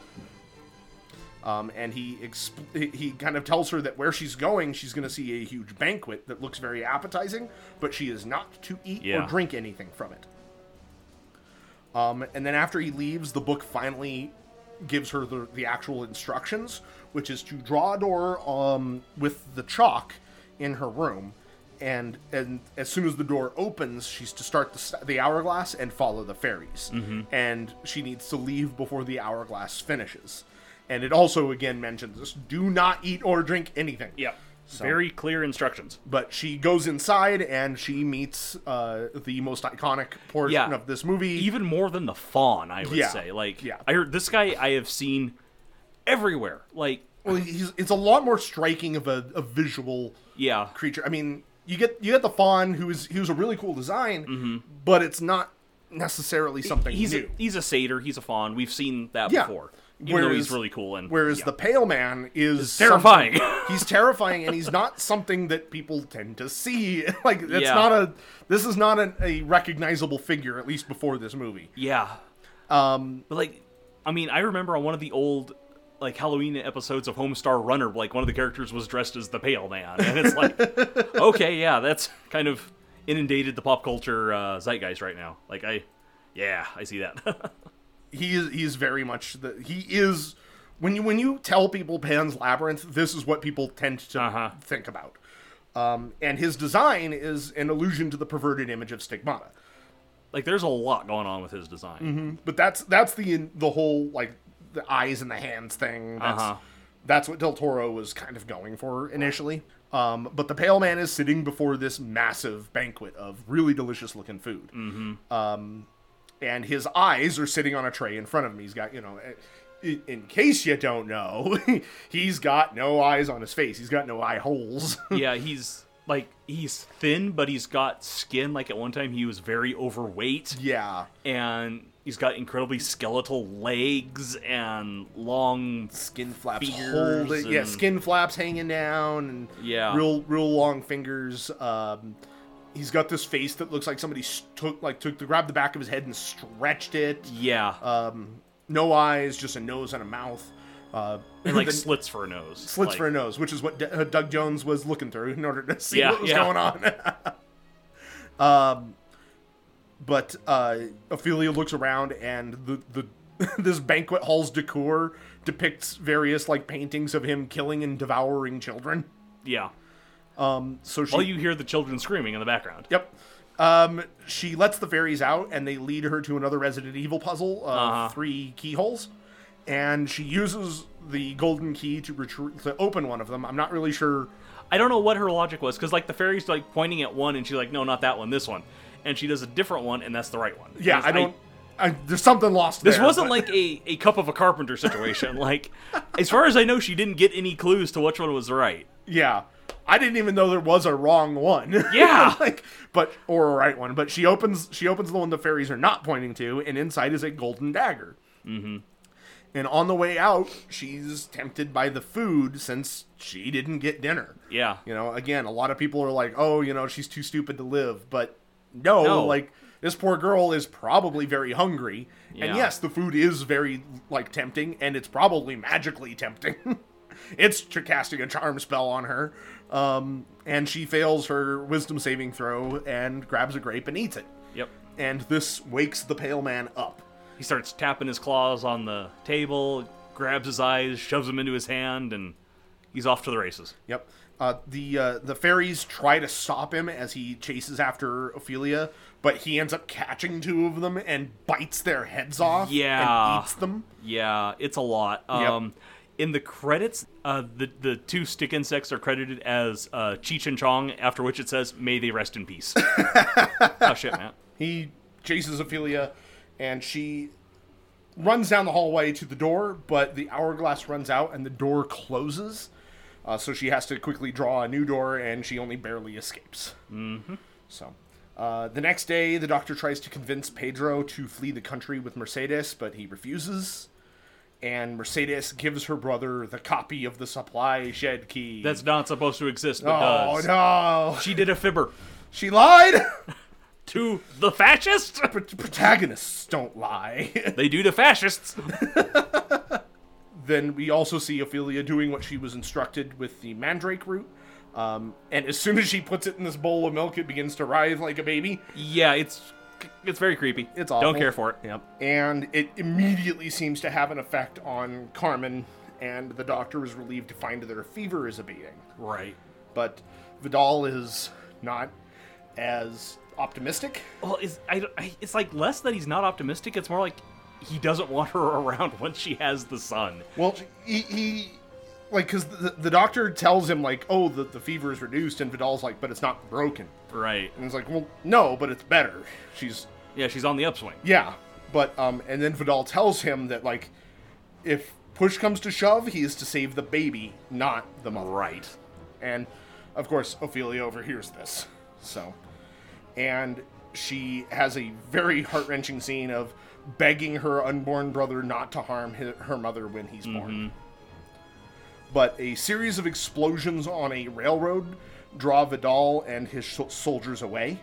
Um, and he exp- he- he kind of tells her that where she's going, she's going to see a huge banquet that looks very appetizing, but she is not to eat or Yeah. drink anything from it. Um, and then after he leaves, the book finally gives her the, the actual instructions, which is to draw a door um, with the chalk in her room. And, and as soon as the door opens, she's to start the, s- the hourglass and follow the fairies. Mm-hmm. And she needs to leave before the hourglass finishes. And it also again mentions this: do not eat or drink anything. Yeah. Very clear instructions. But she goes inside and she meets uh, the most iconic portion Yeah. of this movie. Even more than the fawn, I would Yeah. say. Like Yeah. I heard this guy I have seen everywhere. Like Well, he's, it's a lot more striking of a, a visual yeah. creature. I mean, you get you get the fawn who is who's a really cool design, but it's not necessarily something Mm-hmm. He's a, new. he's a satyr, he's a fawn. We've seen that Yeah. before. Even though Whereas- he's really cool and Whereas yeah. the pale man is terrifying. something- [laughs] he's terrifying, and he's not something that people tend to see. [laughs] Like it's Yeah. not a this is not an, a recognizable figure at least before this movie. Yeah. Um but like I mean, I remember on one of the old like Halloween episodes of Homestar Runner, like one of the characters was dressed as the Pale Man, and [laughs] it's like, okay, yeah, that's kind of inundated the pop culture uh, zeitgeist right now. Like I, yeah, I see that. [laughs] he is he is very much the he is when you when you tell people Pan's Labyrinth, this is what people tend to Uh-huh. think about. Um, and his design is an allusion to the perverted image of stigmata. like there's a lot going on with his design. But that's that's the the whole like the eyes and the hands thing. That's Uh-huh. that's what Del Toro was kind of going for initially. Um, but the Pale Man is sitting before this massive banquet of really delicious looking food. Um, and his eyes are sitting on a tray in front of him. He's got you know. eh, i- In case you don't know, [laughs] he's got no eyes on his face. He's got no eye holes. [laughs] [laughs] yeah, he's like he's thin, but he's got skin. Like at one time, he was very overweight, yeah. and he's got incredibly skeletal legs and long skin flaps Fingers holding, yeah, and- skin flaps hanging down, and Yeah. real real long fingers. Um, he's got this face that looks like somebody s- took like took the grabbed the back of his head and stretched it. yeah, Um, no eyes, just a nose and a mouth. Uh, and like the slits for a nose. slits like, for a nose, which is what D- uh, Doug Jones was looking through in order to [laughs] see Yeah, what was yeah. going on. [laughs] um, but uh, Ophelia looks around, and the the [laughs] this banquet hall's decor depicts various like paintings of him killing and devouring children. Yeah. So she, All you hear the children screaming in the background. yep. Um, she lets the fairies out, and they lead her to another Resident Evil puzzle of Uh-huh. three keyholes. And she uses the golden key to retrieve to open one of them. I'm not really sure I don't know what her logic was because like the fairy's like pointing at one and she's like, no, not that one, this one, and she does a different one and that's the right one. Yeah, Because I don't. I, there's something lost. this there, wasn't but- like a, a cup of a carpenter situation. [laughs] like, as far as I know, she didn't get any clues to which one was right. Yeah, I didn't even know there was a wrong one. [laughs] Yeah. like, but or a right one. But she opens she opens the one the fairies are not pointing to, and inside is a golden dagger. Mm-hmm. And on the way out, she's tempted by the food since she didn't get dinner. Yeah. You know, again, a lot of people are like, "Oh, you know, she's too stupid to live," but no, No. like this poor girl is probably very hungry. And Yeah. yes, the food is very like tempting, and it's probably magically tempting. [laughs] it's tr- casting a charm spell on her, um, and she fails her wisdom saving throw and grabs a grape and eats it. Yep. And this wakes the pale man up. He starts tapping his claws on the table, grabs his eyes, shoves them into his hand, and he's off to the races. Yep. Uh, the uh, the fairies try to stop him as he chases after Ophelia, but he ends up catching two of them and bites their heads off. Yeah. and eats them. Yeah, it's a lot. Yep. Um, In the credits, uh, the the two stick insects are credited as uh, Cheech and Chong. After which it says, "May they rest [laughs] in peace." oh shit, man! He chases Ophelia, and she runs down the hallway to the door, but the hourglass runs out and the door closes. Uh, so she has to quickly draw a new door, and she only barely escapes. Mm-hmm. So. Uh, the next day, the doctor tries to convince Pedro to flee the country with Mercedes, but he refuses. And Mercedes gives her brother the copy of the supply shed key. That's not supposed to exist, but oh does. no, She did a fibber she lied. [laughs] to the fascists. Pr- protagonists don't lie. [laughs] they do to fascists. then we also see Ophelia doing what she was instructed with the mandrake root. Um, and as soon as she puts it in this bowl of milk, it begins to writhe like a baby. yeah, it's it's very creepy. It's awful. Don't care for it. Yep. And it immediately seems to have an effect on Carmen, and the doctor is relieved to find that her fever is abating. Right. But Vidal is not as optimistic. Well, it's I, don't- I- it's like less that he's not optimistic. It's more like he doesn't want her [laughs] around once she has the son. Well, he, he like, because the, the doctor tells him, like, oh, the, the fever is reduced, and Vidal's like, but it's not broken. Right. And it's like, well, no, but it's better. She's, Yeah, she's on the upswing. yeah. But, um, and then Vidal tells him that, like, if push comes to shove, he is to save the baby, not the mother. Right. And, of course, Ophelia overhears this. So, and she has a very heart wrenching scene of begging her unborn brother not to harm hi her mother when he's Mm-hmm. born. But a series of explosions on a railroad draw Vidal and his so- soldiers away.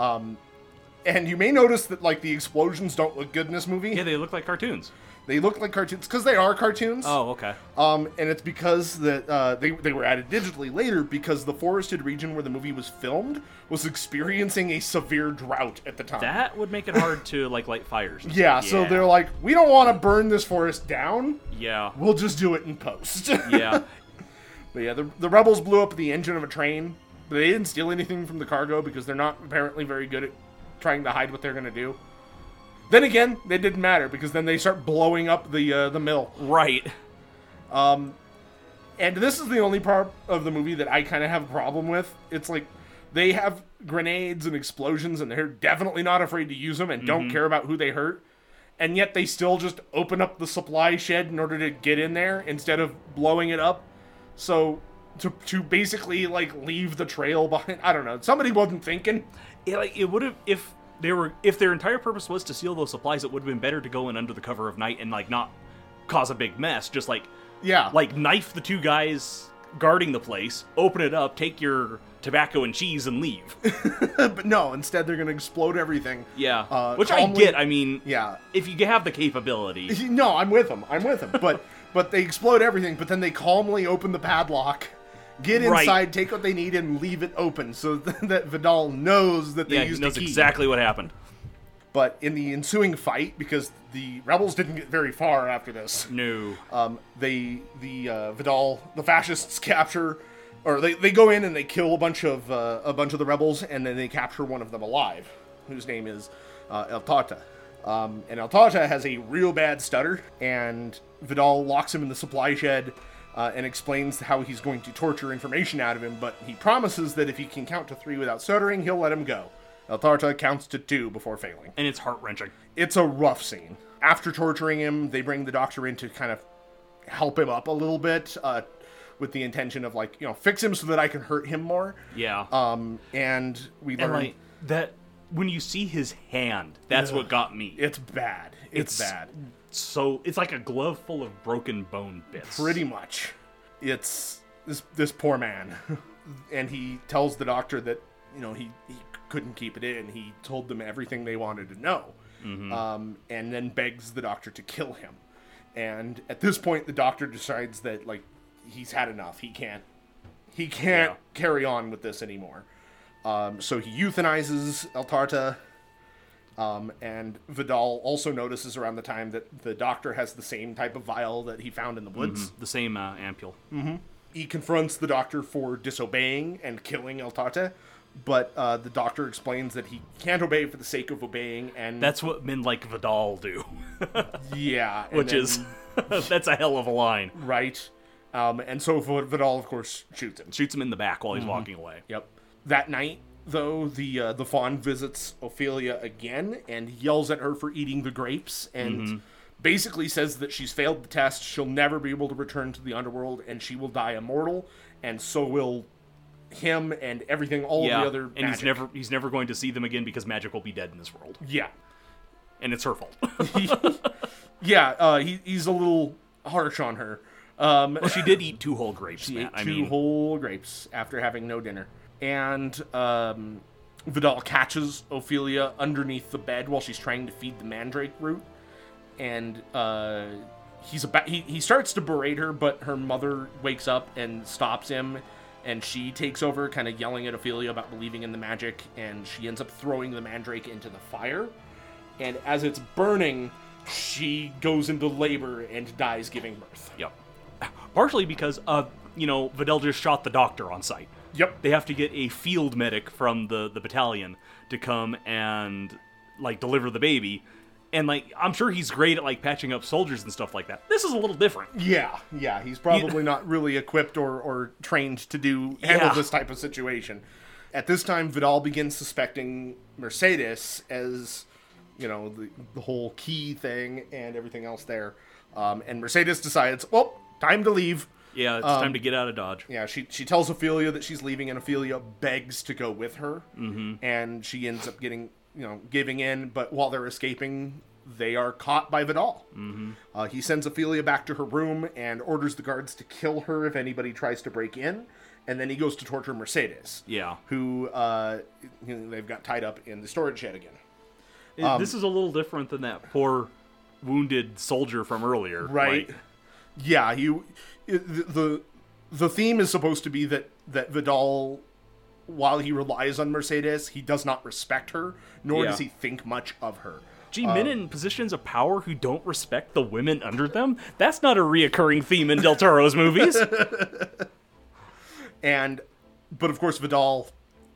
Um, and you may notice that like the explosions don't look good in this movie. Yeah, they look like cartoons. They look like cartoons because they are cartoons. Oh, okay. Um, and it's because that uh, they they were added digitally later because the forested region where the movie was filmed was experiencing a severe drought at the time. That would make it hard to like light fires. [laughs] and yeah, stuff. so they're like, we don't want to burn this forest down. yeah, We'll just do it in post. [laughs] yeah, but yeah, the, the rebels blew up the engine of a train. But they didn't steal anything from the cargo because they're not apparently very good at trying to hide what they're gonna do. Then again, it didn't matter because then they start blowing up the uh, the mill. [laughs] right. and this is the only part of the movie that I kind of have a problem with. It's like they have grenades and explosions, and they're definitely not afraid to use them and Mm-hmm. don't care about who they hurt. And yet they still just open up the supply shed in order to get in there instead of blowing it up. So to to basically like leave the trail behind. I don't know. Somebody wasn't thinking. It, like, it would have if they were if their entire purpose was to steal those supplies. It would have been better to go in under the cover of night and like not cause a big mess. Just like Yeah. like knife the two guys guarding the place, open it up, take your tobacco and cheese, and leave. but no. Instead, they're gonna explode everything. [laughs] Yeah, Uh, which calmly- I get. I mean, Yeah. if you have [laughs] the capability, No, I'm with them. I'm with them. [laughs] But but they explode everything. But then they calmly open the padlock, get Right. inside, take what they need, and leave it open so [laughs] that Vidal knows that they yeah, he used knows a key. exactly what happened. But in the ensuing fight, because the rebels didn't get very far after this, No, um, they the uh, Vidal the fascists capture. Or they, they go in and they kill a bunch of uh, a bunch of the rebels and then they capture one of them alive, whose name is uh, El Tata. Um, and El Tata has a real bad stutter, and Vidal locks him in the supply shed uh, and explains how he's going to torture information out of him. But he promises that if he can count to three without stuttering, he'll let him go. El Tata counts to two before failing and it's heart wrenching. it's a rough scene. After torturing him, they bring the doctor in to kind of help him up a little bit, uh, with the intention of like you know fix him so that I can hurt him more. Yeah, Um, and we learn and like that when you see his hand, that's what got me. it's bad. It's, bad, So it's like a glove full of broken bone bits. pretty much. It's this this poor man, [laughs] and he tells the doctor that you know he he couldn't keep it in. He told them everything they wanted to know, um, and then begs the doctor to kill him. And at this point, the doctor decides that like he's had enough. He can't he can't carry on with this anymore. Um, so he euthanizes Altarta. Um, and Vidal also notices around the time that the doctor has the same type of vial that he found in the woods. Hmm. The same uh, ampule. He confronts the doctor for disobeying and killing El Tate, but uh, the doctor explains that he can't obey for the sake of obeying, and That's what men like Vidal do, [laughs] yeah, and which then- is [laughs] that's a hell of a line. [laughs] right. Um, and so Vidal, of course, shoots him. Shoots him in the back while he's Mm-hmm. walking away. Yep. That night, though, the uh, the fawn visits Ophelia again and yells at her for eating the grapes and Mm-hmm. basically says that she's failed the test. She'll never be able to return to the underworld and she will die immortal, and so will him and everything, all Yeah, of the other. and he's magic. never he's never going to see them again because magic will be dead in this world, Yeah. and it's her fault. [laughs] yeah. Uh, he, he's a little harsh on her. Um, she did eat two whole grapes, She Matt. ate I two mean, whole grapes after having no dinner. And um, Vidal catches Ophelia underneath the bed while she's trying to feed the mandrake root. And uh, he's about he, he starts to berate her, but her mother wakes up and stops him. And she takes over, kind of yelling at Ophelia about believing in the magic. And she ends up throwing the mandrake into the fire. And as it's burning, she goes into labor and dies giving birth. yep. Partially because uh, you know, Vidal just shot the doctor on sight. Yep. They have to get a field medic from the the battalion to come and like deliver the baby. And like, I'm sure he's great at like patching up soldiers and stuff like that. This is a little different. Yeah, yeah, he's probably not really equipped or, or trained to do handle Yeah. this type of situation. At this time, Vidal begins suspecting Mercedes as you know the, the whole key thing and everything else there, um, and Mercedes decides, well, time to leave. Yeah, it's time to get out of Dodge. Yeah, she she tells Ophelia that she's leaving, and Ophelia begs to go with her, and she ends up getting you know giving in. But while they're escaping, they are caught by Vidal. Mm-hmm. Uh, he sends Ophelia back to her room and orders the guards to kill her if anybody tries to break in, and then he goes to torture Mercedes. Yeah. who uh, you know, they've got tied up in the storage shed again. It- this is a little different than that poor wounded soldier from earlier. right Like, yeah you the- the the theme is supposed to be that that vidal while he relies on mercedes he does not respect her nor Yeah. does he think much of her gee, Um, men in positions of power who don't respect the women under them? That's not a reoccurring theme in Del [laughs] Toro's movies. and but of course vidal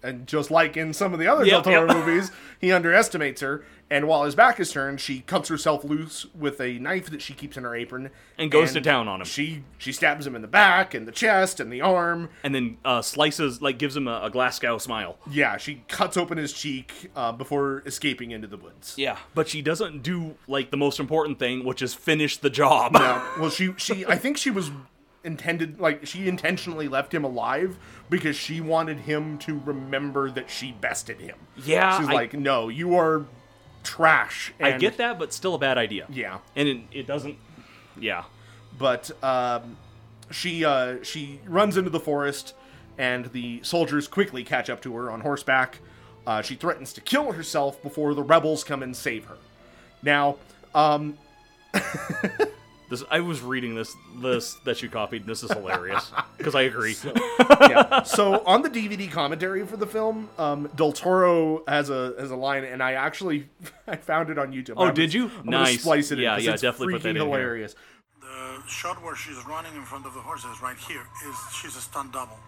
and just like in some of the other Del Yep, Toro [laughs] yep. movies, he underestimates her. And while his back is turned, she cuts herself loose with a knife that she keeps in her apron And goes to town on him. She she stabs him in the back, and the chest, and the arm, and then uh, slices, like, gives him a, a Glasgow smile. Yeah, she cuts open his cheek uh, before escaping into the woods. Yeah. But she doesn't do, like, the most important thing, which is finish the job. Uh, well, she she I think she was intended like she intentionally left him alive because she wanted him to remember that she bested him. Yeah, she's I- like, no, you are trash. And, [laughs] I get that, but still a bad idea. Yeah, And it, it doesn't. Yeah. but um, she uh, she runs into the forest, and the soldiers quickly catch up to her on horseback. Uh, she threatens to kill herself before the rebels come and save her. Now, um, This, I was reading this this that you copied. This is hilarious because I [laughs] agree. yeah. [laughs] So on the DVD commentary for the film, um, Del Toro has a has a line, and I actually [laughs] I found it on YouTube. Oh, I'm- did you? I'm gonna Nice. Splice it in. Yeah, 'cause yeah, it's definitely freaking put that in here. hilarious. [laughs] The shot where she's running in front of the horses right here is she's a stunt double.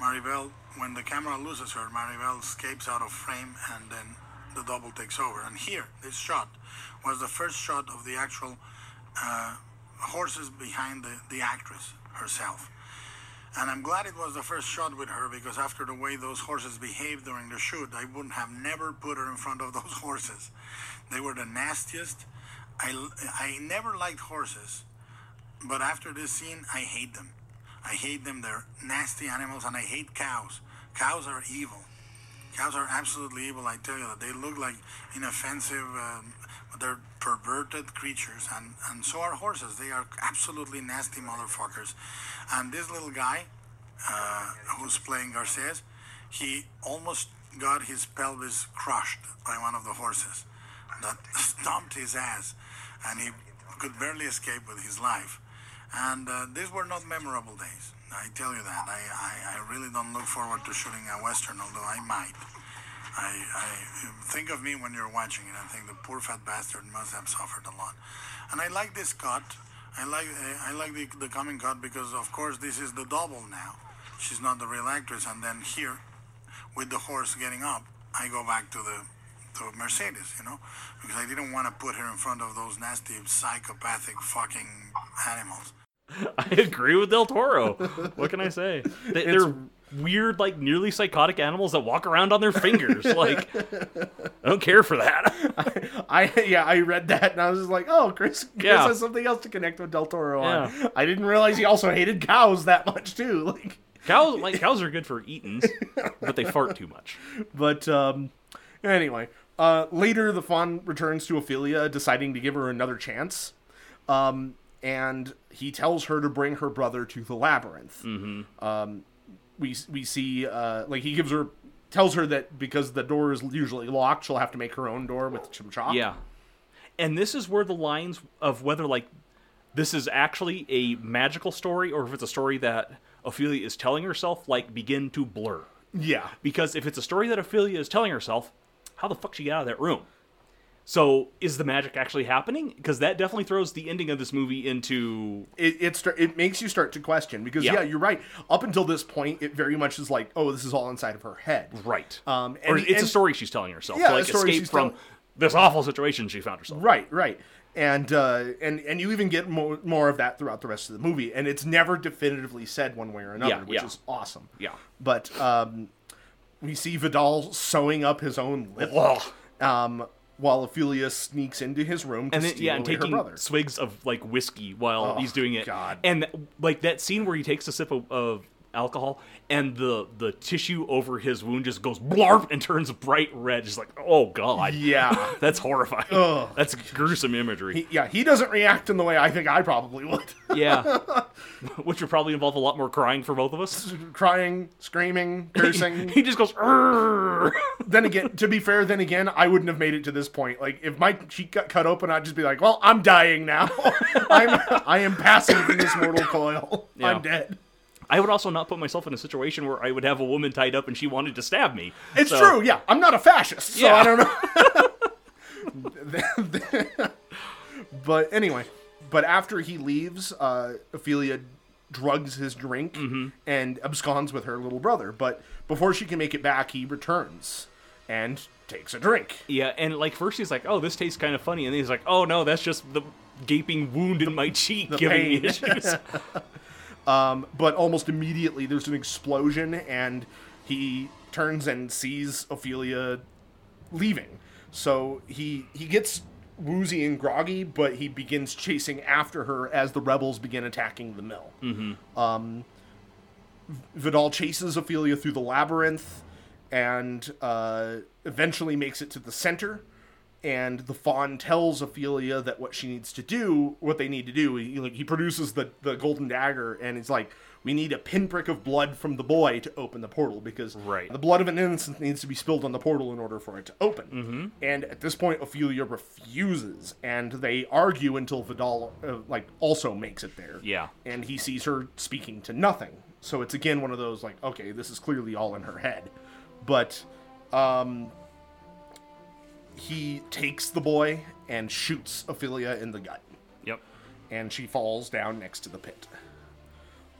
Maribel, when the camera loses her, Maribel escapes out of frame and then the double takes over. And here, this shot was the first shot of the actual uh, horses behind the, the actress herself. And I'm glad it was the first shot with her because after the way those horses behaved during the shoot, I wouldn't have never put her in front of [laughs] those horses. They were the nastiest. I, I never liked horses, but after this scene, I hate them. I hate them. They're nasty animals, and I hate cows. Cows are evil. Cows are absolutely evil. I tell you that they look like inoffensive. Um, they're perverted creatures, and and so are horses. They are absolutely nasty motherfuckers. And this little guy, uh, who's playing Garces, he almost got his pelvis crushed by one of the horses that [laughs] stomped his ass, and he could barely escape with his life. And uh, these were not memorable days. I tell you that. I, I, I really don't look forward to shooting a western, although I might. I, I think of me when you're watching it. I think the poor fat bastard must have suffered a lot. And I like this cut. I like I like the, the coming cut because of course this is the double now. She's not the real actress, and then here, with the horse getting up, I go back to the to Mercedes, you know, because I didn't want to put her in front of those nasty psychopathic fucking animals. [laughs] I agree with Del Toro. What can I say? They, they're weird, like nearly psychotic animals that walk around on their fingers. like, I don't care for that. I yeah, I read that and I was just like, oh, Chris, Chris Yeah. has something else to connect with Del Toro on. Yeah. I didn't realize he also hated cows that much too. [laughs] Like, cows, like cows, are good for eatings, but they fart too much. but um, anyway, uh, later the fawn returns to Ophelia, deciding to give her another chance. Um, and he tells her to bring her brother to the labyrinth. Um, Mm-hmm. we we see uh, like he gives her tells her that because the door is usually locked, she'll have to make her own door with some chalk. Yeah. And this is where the lines of whether like this is actually a magical story or if it's a story that Ophelia is telling herself like begin to blur. yeah, Because if it's a story that Ophelia is telling herself, how the fuck she get out of that room? So is the magic actually happening? Because that definitely throws the ending of this movie into it it, start, it makes you start to question because yeah. Yeah. you're right. Up until this point, it very much is like, oh, this is all inside of her head. right. Um, or and- it's and- a story she's telling herself Yeah, to a like story escape she's from telling- this awful situation she found herself. Right, right. And uh, and and you even get more, more of that throughout the rest of the movie, and it's never definitively said one way or another, Yeah, which yeah. is awesome. Yeah. But um, we see Vidal sewing up his own lip, Ugh. um, while Ophelia sneaks into his room to and then steal yeah, and away her taking brother. swigs of like whiskey while Oh, he's doing it. God. And like that scene where he takes a sip of, of alcohol and the the tissue over his wound just goes blarp and turns bright red. Just like oh god, Yeah. that's horrifying. that's gruesome imagery. He- yeah, he doesn't react in the way I think I probably would. [laughs] yeah, [laughs] which would probably involve a lot more crying for both of us. Crying, screaming, cursing. [laughs] he just goes. "Arr." then again, to be fair, then again, I wouldn't have made it to this point. Like, if my cheek got cut open, I'd just be like, "Well, I'm dying now. [laughs] I'm I am passing from this mortal coil. [laughs] Yeah. I'm dead." [laughs] I would also not put myself in a situation where I would have a woman tied up and she wanted to stab me. It's So- true. Yeah, I'm not a fascist, so I Yeah. don't know. [laughs] but anyway, but after he leaves, uh, Ophelia drugs his drink Mm-hmm. and absconds with her little brother. But before she can make it back, he returns and takes a drink. Yeah, and like first he's like, "Oh, this tastes kind of funny," and then he's like, "Oh no, that's just the gaping wound in my cheek giving pain. [laughs] me issues." but almost immediately there's an explosion and he turns and sees Ophelia leaving. So he he gets woozy and groggy, but he begins chasing after her as the rebels begin attacking the mill. Um, V- Vidal chases Ophelia through the labyrinth and uh, eventually makes it to the center. And the fawn tells Ophelia that what she needs to do, what they need to do, he, like, he produces the, the golden dagger and he's like, we need a pinprick of blood from the boy to open the portal because Right. the blood of an innocent needs to be spilled on the portal in order for it to open. And at this point, Ophelia refuses, and they argue until Vidal uh, like also makes it there. Yeah. and he sees her speaking to nothing. So it's again one of those like, okay, this is clearly all in her head, but um, he takes the boy and shoots Ophelia in the gut yep. and she falls down next to the pit.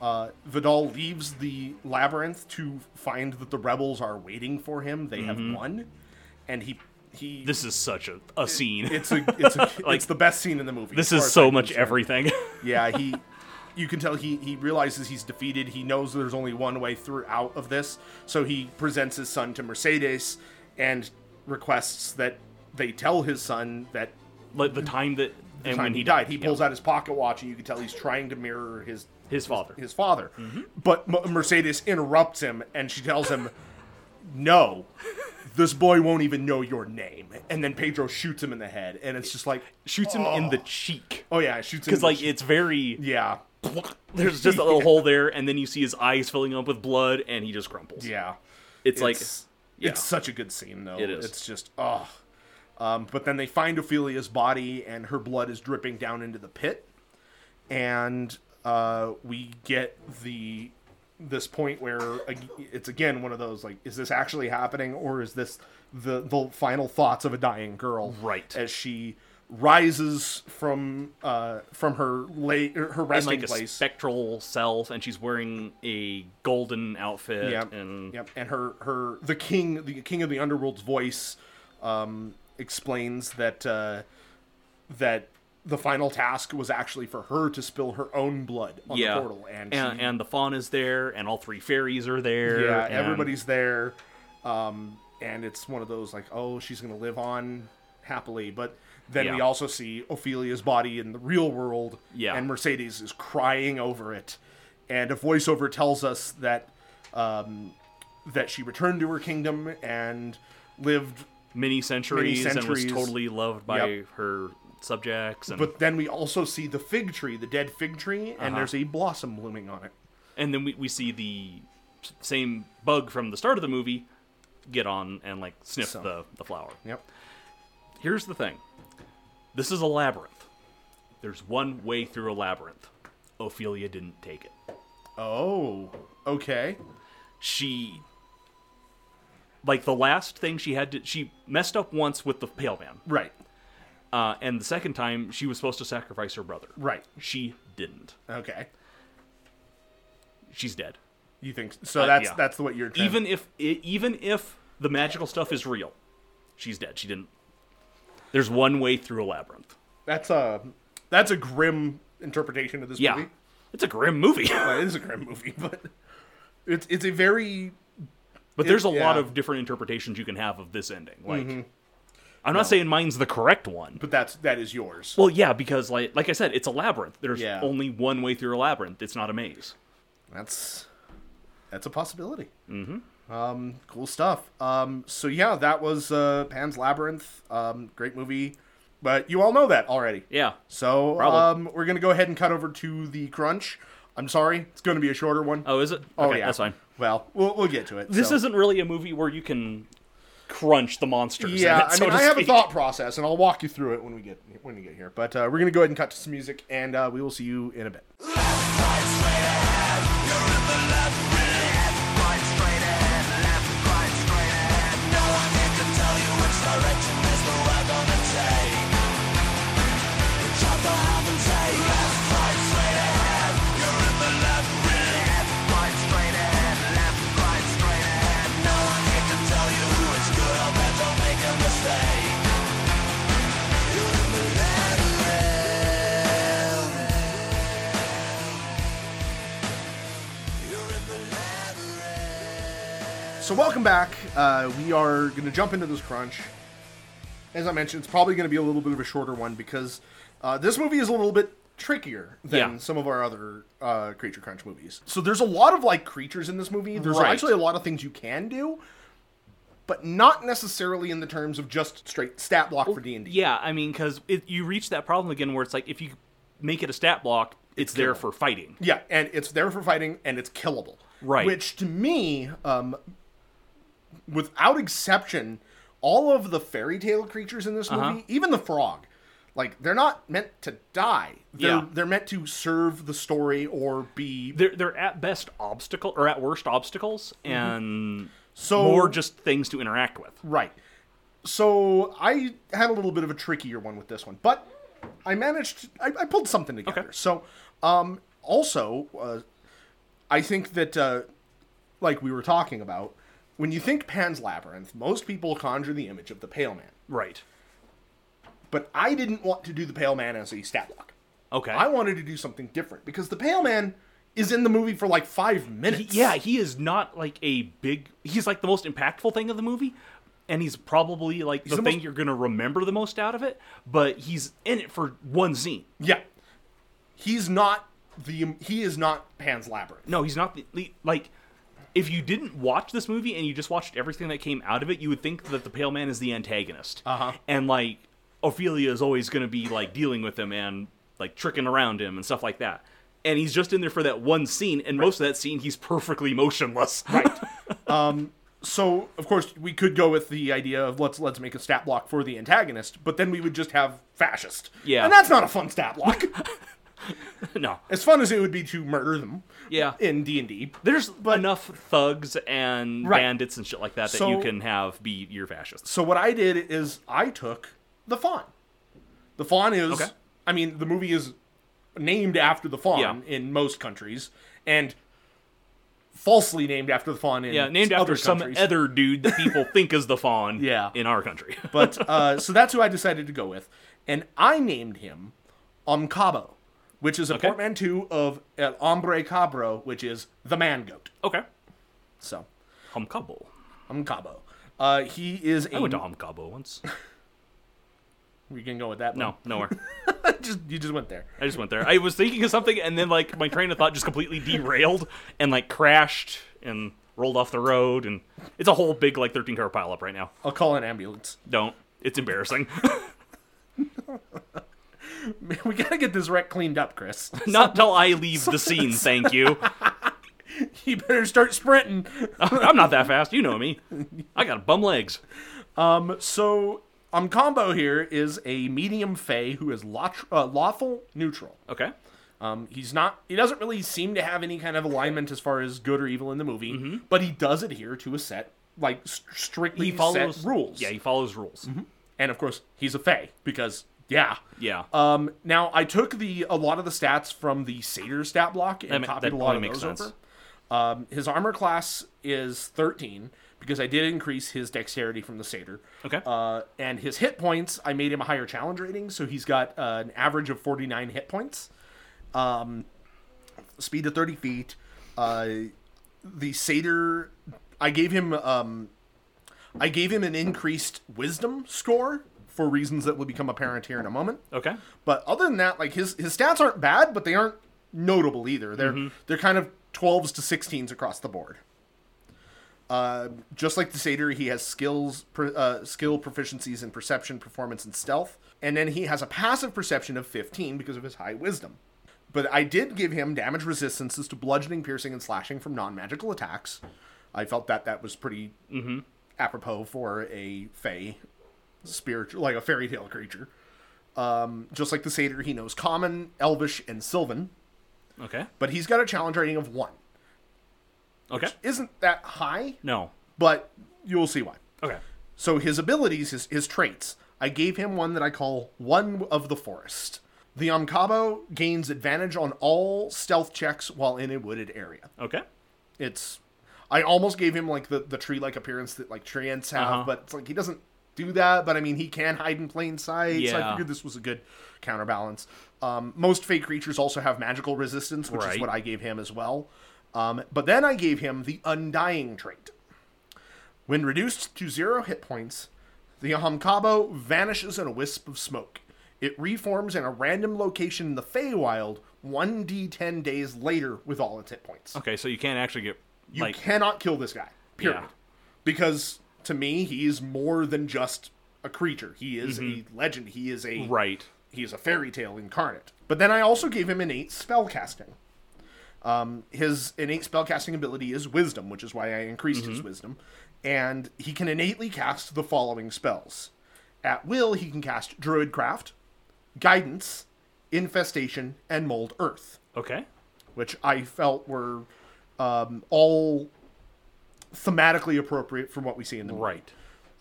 Uh, Vidal leaves the labyrinth to find that the rebels are waiting for him. They have won, and he he. Mm-hmm. This is such a, a scene. it's a it's a, Like, it's the best scene in the movie. [laughs] this as is far as so I'm much concerned. everything. [laughs] Yeah, he. You can tell he he realizes he's defeated. He knows there's only one way through out of this, so he presents his son to Mercedes and requests that they tell his son that like the time that and time when he died, he yeah. pulls out his pocket watch, and you can tell he's trying to mirror his his father. Mm-hmm. his father. But M- Mercedes interrupts him and she tells him, No, this boy won't even know your name. And then Pedro shoots him in the head. And it's just like, Shoots him in the cheek Oh, yeah, shoots him. in because the like cheek. it's very. Yeah. [laughs] There's just a little hole there, and then you see his eyes filling up with blood, and he just crumples. Yeah. it's, like it's, yeah. it's such a good scene, though. It is. It's just, oh. Um, but then they find Ophelia's body and her blood is dripping down into the pit. And uh, we get the this point where ag- it's again one of those like is this actually happening or is this the the final thoughts of a dying girl Right. as she rises from uh, from her lay, her and resting like a place. spectral self, and she's wearing a golden outfit. Yep. and yep. And her her the king the king of the underworld's voice um, explains that uh, that the final task was actually for her to spill her own blood on yeah, the portal, and, and, she- and the fauna's there, and all three fairies are there. yeah, and- everybody's there. Um, and it's one of those like, oh, she's gonna live on happily, but. Then we Yeah. also see Ophelia's body in the real world, Yeah. and Mercedes is crying over it, and a voiceover tells us that um, that she returned to her kingdom and lived. many centuries, centuries. and was totally loved by Yep. her subjects, and But then we also see the fig tree, the dead fig tree, and Uh-huh. there's a blossom blooming on it. and then we, we see the s- same bug from the start of the movie get on and like sniff So- the, the flower. Yep. Here's the thing. This is a labyrinth. There's one way through a labyrinth. Ophelia didn't take it. Oh, okay. she like the last thing she had to she messed up once with the pale man Right. uh, and the second time she was supposed to sacrifice her brother Right. she didn't Okay. she's dead You think so? Uh, that's yeah. that's what you're even if i even if the magical stuff is real she's dead she didn't there's one way through a labyrinth That's a that's a grim interpretation of this yeah movie. it's a grim movie [laughs] Well, it is a grim movie, [laughs] but it's it's a very but there's a lot yeah. Mm-hmm. of different interpretations you can have of this ending like i'm not saying mine's the correct one but that's that is yours. Well, yeah, because like like I said, it's a labyrinth. There's Yeah. only one way through a labyrinth. It's not a maze. That's that's a possibility. Mm-hmm. Um, cool stuff. Um, so yeah, that was uh, Pan's Labyrinth. Um, great movie, but you all know that already. Yeah. So Probably. um, we're gonna go ahead and cut over to the crunch. I'm sorry, it's gonna be a shorter one. Oh, is it? Oh, Okay, yeah, that's fine. Well, we'll we'll get to it. This so. isn't really a movie where you can crunch the monsters. in [laughs] Yeah, it, I so mean, to I have a speak. thought process, and I'll walk you through it when we get when we get here. But uh, we're gonna go ahead and cut to some music, and uh, we will see you in a bit. So welcome back. Uh, we are going to jump into this crunch. As I mentioned, it's probably going to be a little bit of a shorter one because uh, this movie is a little bit trickier than Yeah. some of our other uh, creature crunch movies. So there's a lot of like creatures in this movie. There's Right. actually a lot of things you can do, but not necessarily in the terms of just straight stat block for D and D. Yeah, I mean, because you reach that problem again where it's like if you make it a stat block, it's, there for fighting. Yeah, and it's there for fighting, and it's killable. Right. Which to me, um, without exception, all of the fairy tale creatures in this Uh-huh. movie, even the frog, like they're not meant to die. They're, Yeah. They're meant to serve the story or be They're they're at best obstacle or at worst obstacles Mm-hmm. and so more just things to interact with. Right. So I had a little bit of a trickier one with this one, but I managed. I, I pulled something together. Okay. So, um, also, uh, I think that, uh, like we were talking about, when you think Pan's Labyrinth, most people conjure the image of the Pale Man. Right. But I didn't want to do the Pale Man as a stat block. Okay. I wanted to do something different because the Pale Man is in the movie for like five minutes. Yeah, he is not like a big. He's like the most impactful thing of the movie, and he's probably like the, the thing most- you're gonna remember the most out of it. But he's in it for one scene. Yeah. He's not the. He is not Pan's Labyrinth. No, he's not the, the- like. If you didn't watch this movie and you just watched everything that came out of it, you would think that the Pale Man is the antagonist, uh-huh. and like Ophelia is always gonna be like dealing with him and like tricking around him and stuff like that. And he's just in there for that one scene, and most of that scene he's perfectly motionless. Right. so of course we could go with the idea of let's let's make a stat block for the antagonist, but then we would just have fascist. Yeah. And that's not a fun stat block. [laughs] [laughs] no. as fun as it would be to murder them. Yeah. In D and D. There's enough thugs and Right. bandits and shit like that that So- you can have be your fascists. So what I did is I took the fawn. The fawn is. Okay. I mean, the movie is named after the fawn Yeah. in most countries, and falsely named after the fawn in Yeah, named after other some countries. other dude [laughs] that people think is the fawn. Yeah. in our country. [laughs] But uh, so that's who I decided to go with, and I named him Omcabo, which is a Okay. portmanteau of El Hombre Cabro, which is the man goat. okay, So Humcabo. Omcabo. Uh, he is a. I went to Humcabo once. we can go with that. No, nowhere. one. [laughs] just you just went there. I just went there. I was thinking of something, and then like my train of thought just completely derailed and like crashed and rolled off the road, and it's a whole big like thirteen car pileup right now. I'll call an ambulance. [laughs] Don't. It's embarrassing. [laughs] We gotta get this wreck cleaned up, Chris. [laughs] Not till I leave the scene. Thank you. you better start sprinting. I'm not that fast. You know me. I got bum legs. Uh, So, um, combo here is a medium Fey who is lot- uh, lawful neutral. Okay. Um, he's not. He doesn't really seem to have any kind of alignment as far as good or evil in the movie, but he does adhere to a set, like s- strictly Mm-hmm. He follows set rules. Yeah, he follows rules. Mm-hmm. and of course he's a Fey because yeah. Yeah. Um, now I took the a lot of the stats from the Satyr stat block and That ma- copied that a lot of probably those makes sense. over. Um, his armor class is 13 because I did increase his dexterity from the satyr. Okay. Uh, and his hit points, I made him a higher challenge rating, so he's got uh, an average of 49 hit points. Um, speed of 30 feet. Uh, the satyr, I gave him, um, I gave him an increased wisdom score for reasons that will become apparent here in a moment. okay. But other than that, like his his stats aren't bad, but they aren't notable either. They're they're kind of twelves to sixteens across the board. Uh, just like the satyr, he has skills, pr- uh, skill proficiencies in perception, performance, and stealth, and then he has a passive perception of fifteen because of his high wisdom. But I did give him damage resistances to bludgeoning, piercing, and slashing from non-magical attacks. I felt that that was pretty apropos for a fey spiritual, like a fairy tale creature just like the satyr, he knows common, elvish, and sylvan, Okay. but he's got a challenge rating of one. Okay. Isn't that high? No. But you'll see why. Okay. So his abilities, his, his traits, I gave him one that I call one of the forest. The Amkabo gains advantage on all stealth checks while in a wooded area. Okay. It's I almost gave him like the, the tree like appearance that like tree ants have, Uh-huh. but it's like he doesn't do that, but I mean he can hide in plain sight, so I Yeah. figured this was a good counterbalance. Um, most fake creatures also have magical resistance, which is Right. what I gave him as well. Um, but then I gave him the undying trait. When reduced to zero hit points, the Ahamkabo vanishes in a wisp of smoke. It reforms in a random location in the Feywild 1d10 days later with all its hit points Okay. So you can't actually get you like cannot kill this guy period Yeah. because to me he is more than just a creature he is a legend he is a Mm-hmm. right. he is a fairy tale incarnate but then i also gave him innate spell casting um, his innate spell casting ability is wisdom which is why i increased his Mm-hmm. wisdom and he can innately cast the following spells at will he can cast druidcraft guidance infestation and mold earth Okay. which I felt were um, all thematically appropriate from what we see in the movie. Um,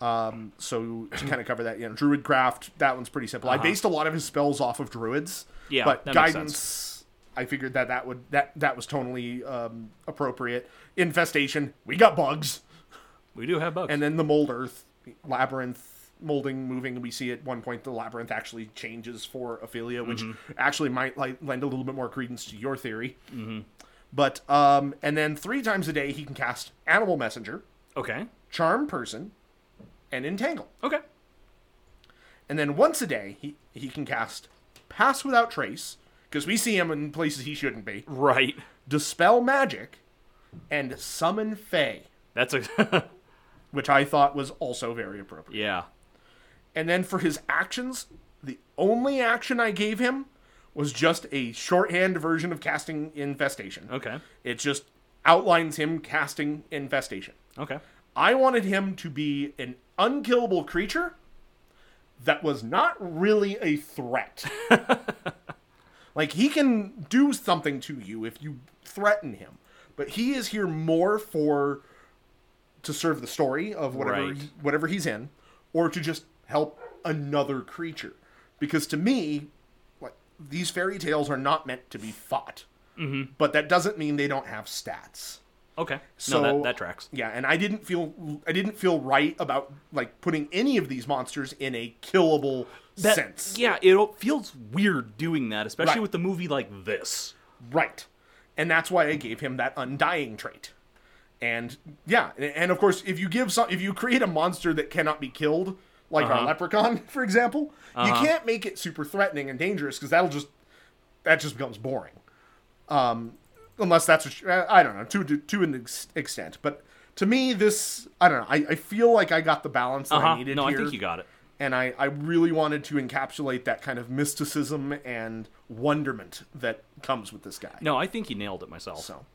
Right. So to kind of cover that, you know, druid craft that one's pretty simple. I based a lot of his spells off of druids, Uh-huh. Yeah, but that makes guidance. I figured that that would that that was totally um, appropriate. Infestation, we got bugs, We do have bugs. and then the mold earth labyrinth. Molding, moving, we see at one point the labyrinth actually changes for Ophelia, which actually might like lend a little bit more credence to your theory. But um, and then three times a day he can cast Animal Messenger, okay. Charm Person, and Entangle. Okay. And then once a day he he can cast Pass Without Trace because we see him in places he shouldn't be. Right. Dispel Magic, and Summon Fey, That's a [laughs] which I thought was also very appropriate. yeah. And then for his actions, the only action I gave him was just a shorthand version of casting Infestation. Okay. It just outlines him casting Infestation. Okay. I wanted him to be an unkillable creature that was not really a threat. like he can do something to you if you threaten him, but he is here more for to serve the story of whatever Right. whatever he's in or to just help another creature. because to me, like these fairy tales are not meant to be fought. Mm-hmm. But that doesn't mean they don't have stats. Okay. So no, that, that tracks. Yeah, and I didn't feel I didn't feel right about like putting any of these monsters in a killable That- sense. Yeah, it feels weird doing that, especially Right. with a movie like this. Right. And that's why I gave him that undying trait. And yeah, and- and of course, if you give some, if you create a monster that cannot be killed, like Uh-huh. our leprechaun, [laughs] for example, you can't make it super threatening and dangerous because that'll just that just becomes boring. Um, unless that's what you, I I don't know to to, to an ex- extent, but to me, this I don't know. I, I feel like I got the balance that I Uh-huh. needed No, here I think you got it. and I, I really wanted to encapsulate that kind of mysticism and wonderment that comes with this guy. No, I think you nailed it myself. So,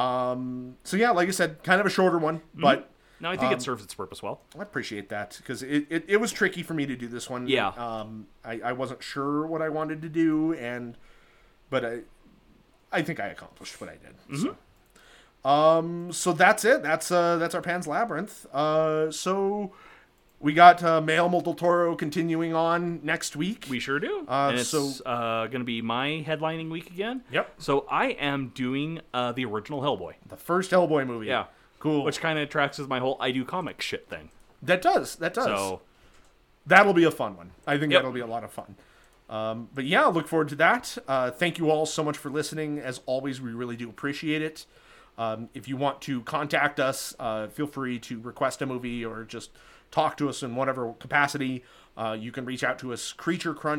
um, so yeah, like I said, kind of a shorter one, Mm-hmm. but No, I think it serves its purpose well. I appreciate that because it, it, it was tricky for me to do this one. Yeah. Um, I, I wasn't sure what I wanted to do, and but I, I think I accomplished what I did. Mm-hmm. So. Um, so that's it. That's uh, that's our Pan's Labyrinth. Uh, so we got uh, Male Multiple Toro continuing on next week. We sure do. Uh, and it's so- uh, going to be my headlining week again. Yep. So I am doing uh, the original Hellboy, the first Hellboy movie. Yeah. cool. which kind of tracks with my whole I do comic shit thing. that does that does. So that'll be a fun one. I think Yep. that'll be a lot of fun. Um, but yeah, look forward to that. Uh, thank you all so much for listening. As always, we really do appreciate it. Um, if you want to contact us, uh, feel free to request a movie or just talk to us in whatever capacity. Uh, you can reach out to us,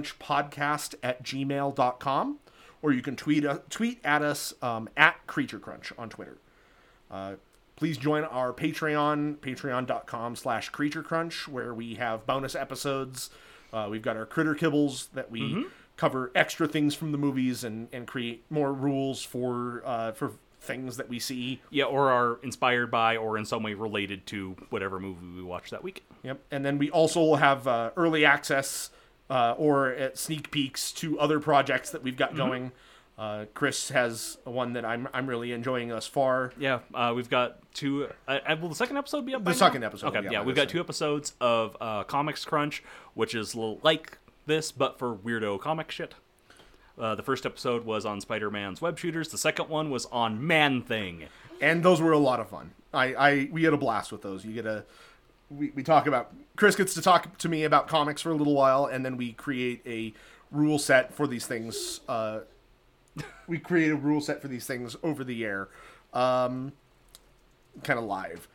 creaturecrunchpodcast at gmail.com, or you can tweet, uh, tweet at us um, at creaturecrunch on Twitter please join our patreon patreon.com slash creature crunch where we have bonus episodes uh, we've got our critter kibbles that we cover extra things from the movies and, and create more rules for uh, for things that we see yeah, or are inspired by or in some way related to whatever movie we watch that week. Yep. And then we also have uh, early access uh, or uh, sneak peeks to other projects that we've got going. Uh, Chris has one that I'm I'm really enjoying thus far. Yeah, uh, we've got two. Uh, uh, will the second episode be up? by The now? second episode will Okay, be up yeah, by we've this got two episodes of uh, Comics Crunch, which is l- like this but for weirdo comic shit. Uh, the first episode was on Spider-Man's web shooters. The second one was on Man Thing. and those were a lot of fun. I, I we had a blast with those. You get a we, we talk about Chris gets to talk to me about comics for a little while, and then we create a rule set for these things. Uh, we create a rule set for these things over the air, um, kind of live.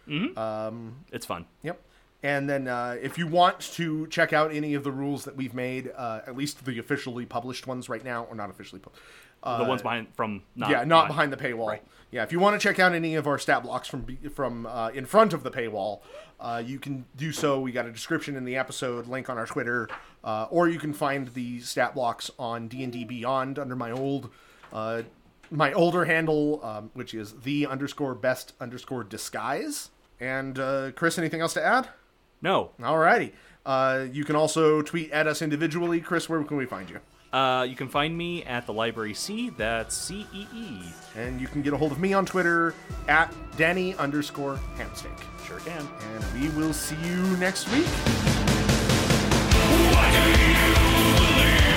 It's fun. Yep. And then uh, if you want to check out any of the rules that we've made, uh, at least the officially published ones right now, or not officially published. Uh, the ones behind from not yeah, not behind the paywall. Yeah, if you want to check out any of our stat blocks from be- from uh, in front of the paywall, uh, you can do so. We got a description in the episode, link on our Twitter, uh, or you can find the stat blocks on D and D Beyond under my old uh, my older handle, um, which is the underscore best underscore disguise. And uh, Chris, anything else to add? No, Alrighty. Uh, you can also tweet at us individually. Chris, where can we find you? uh, you can find me at the Library C. That's C E E. And you can get a hold of me on Twitter at Danny underscore hamsteak. Sure can. And we will see you next week. What do you believe?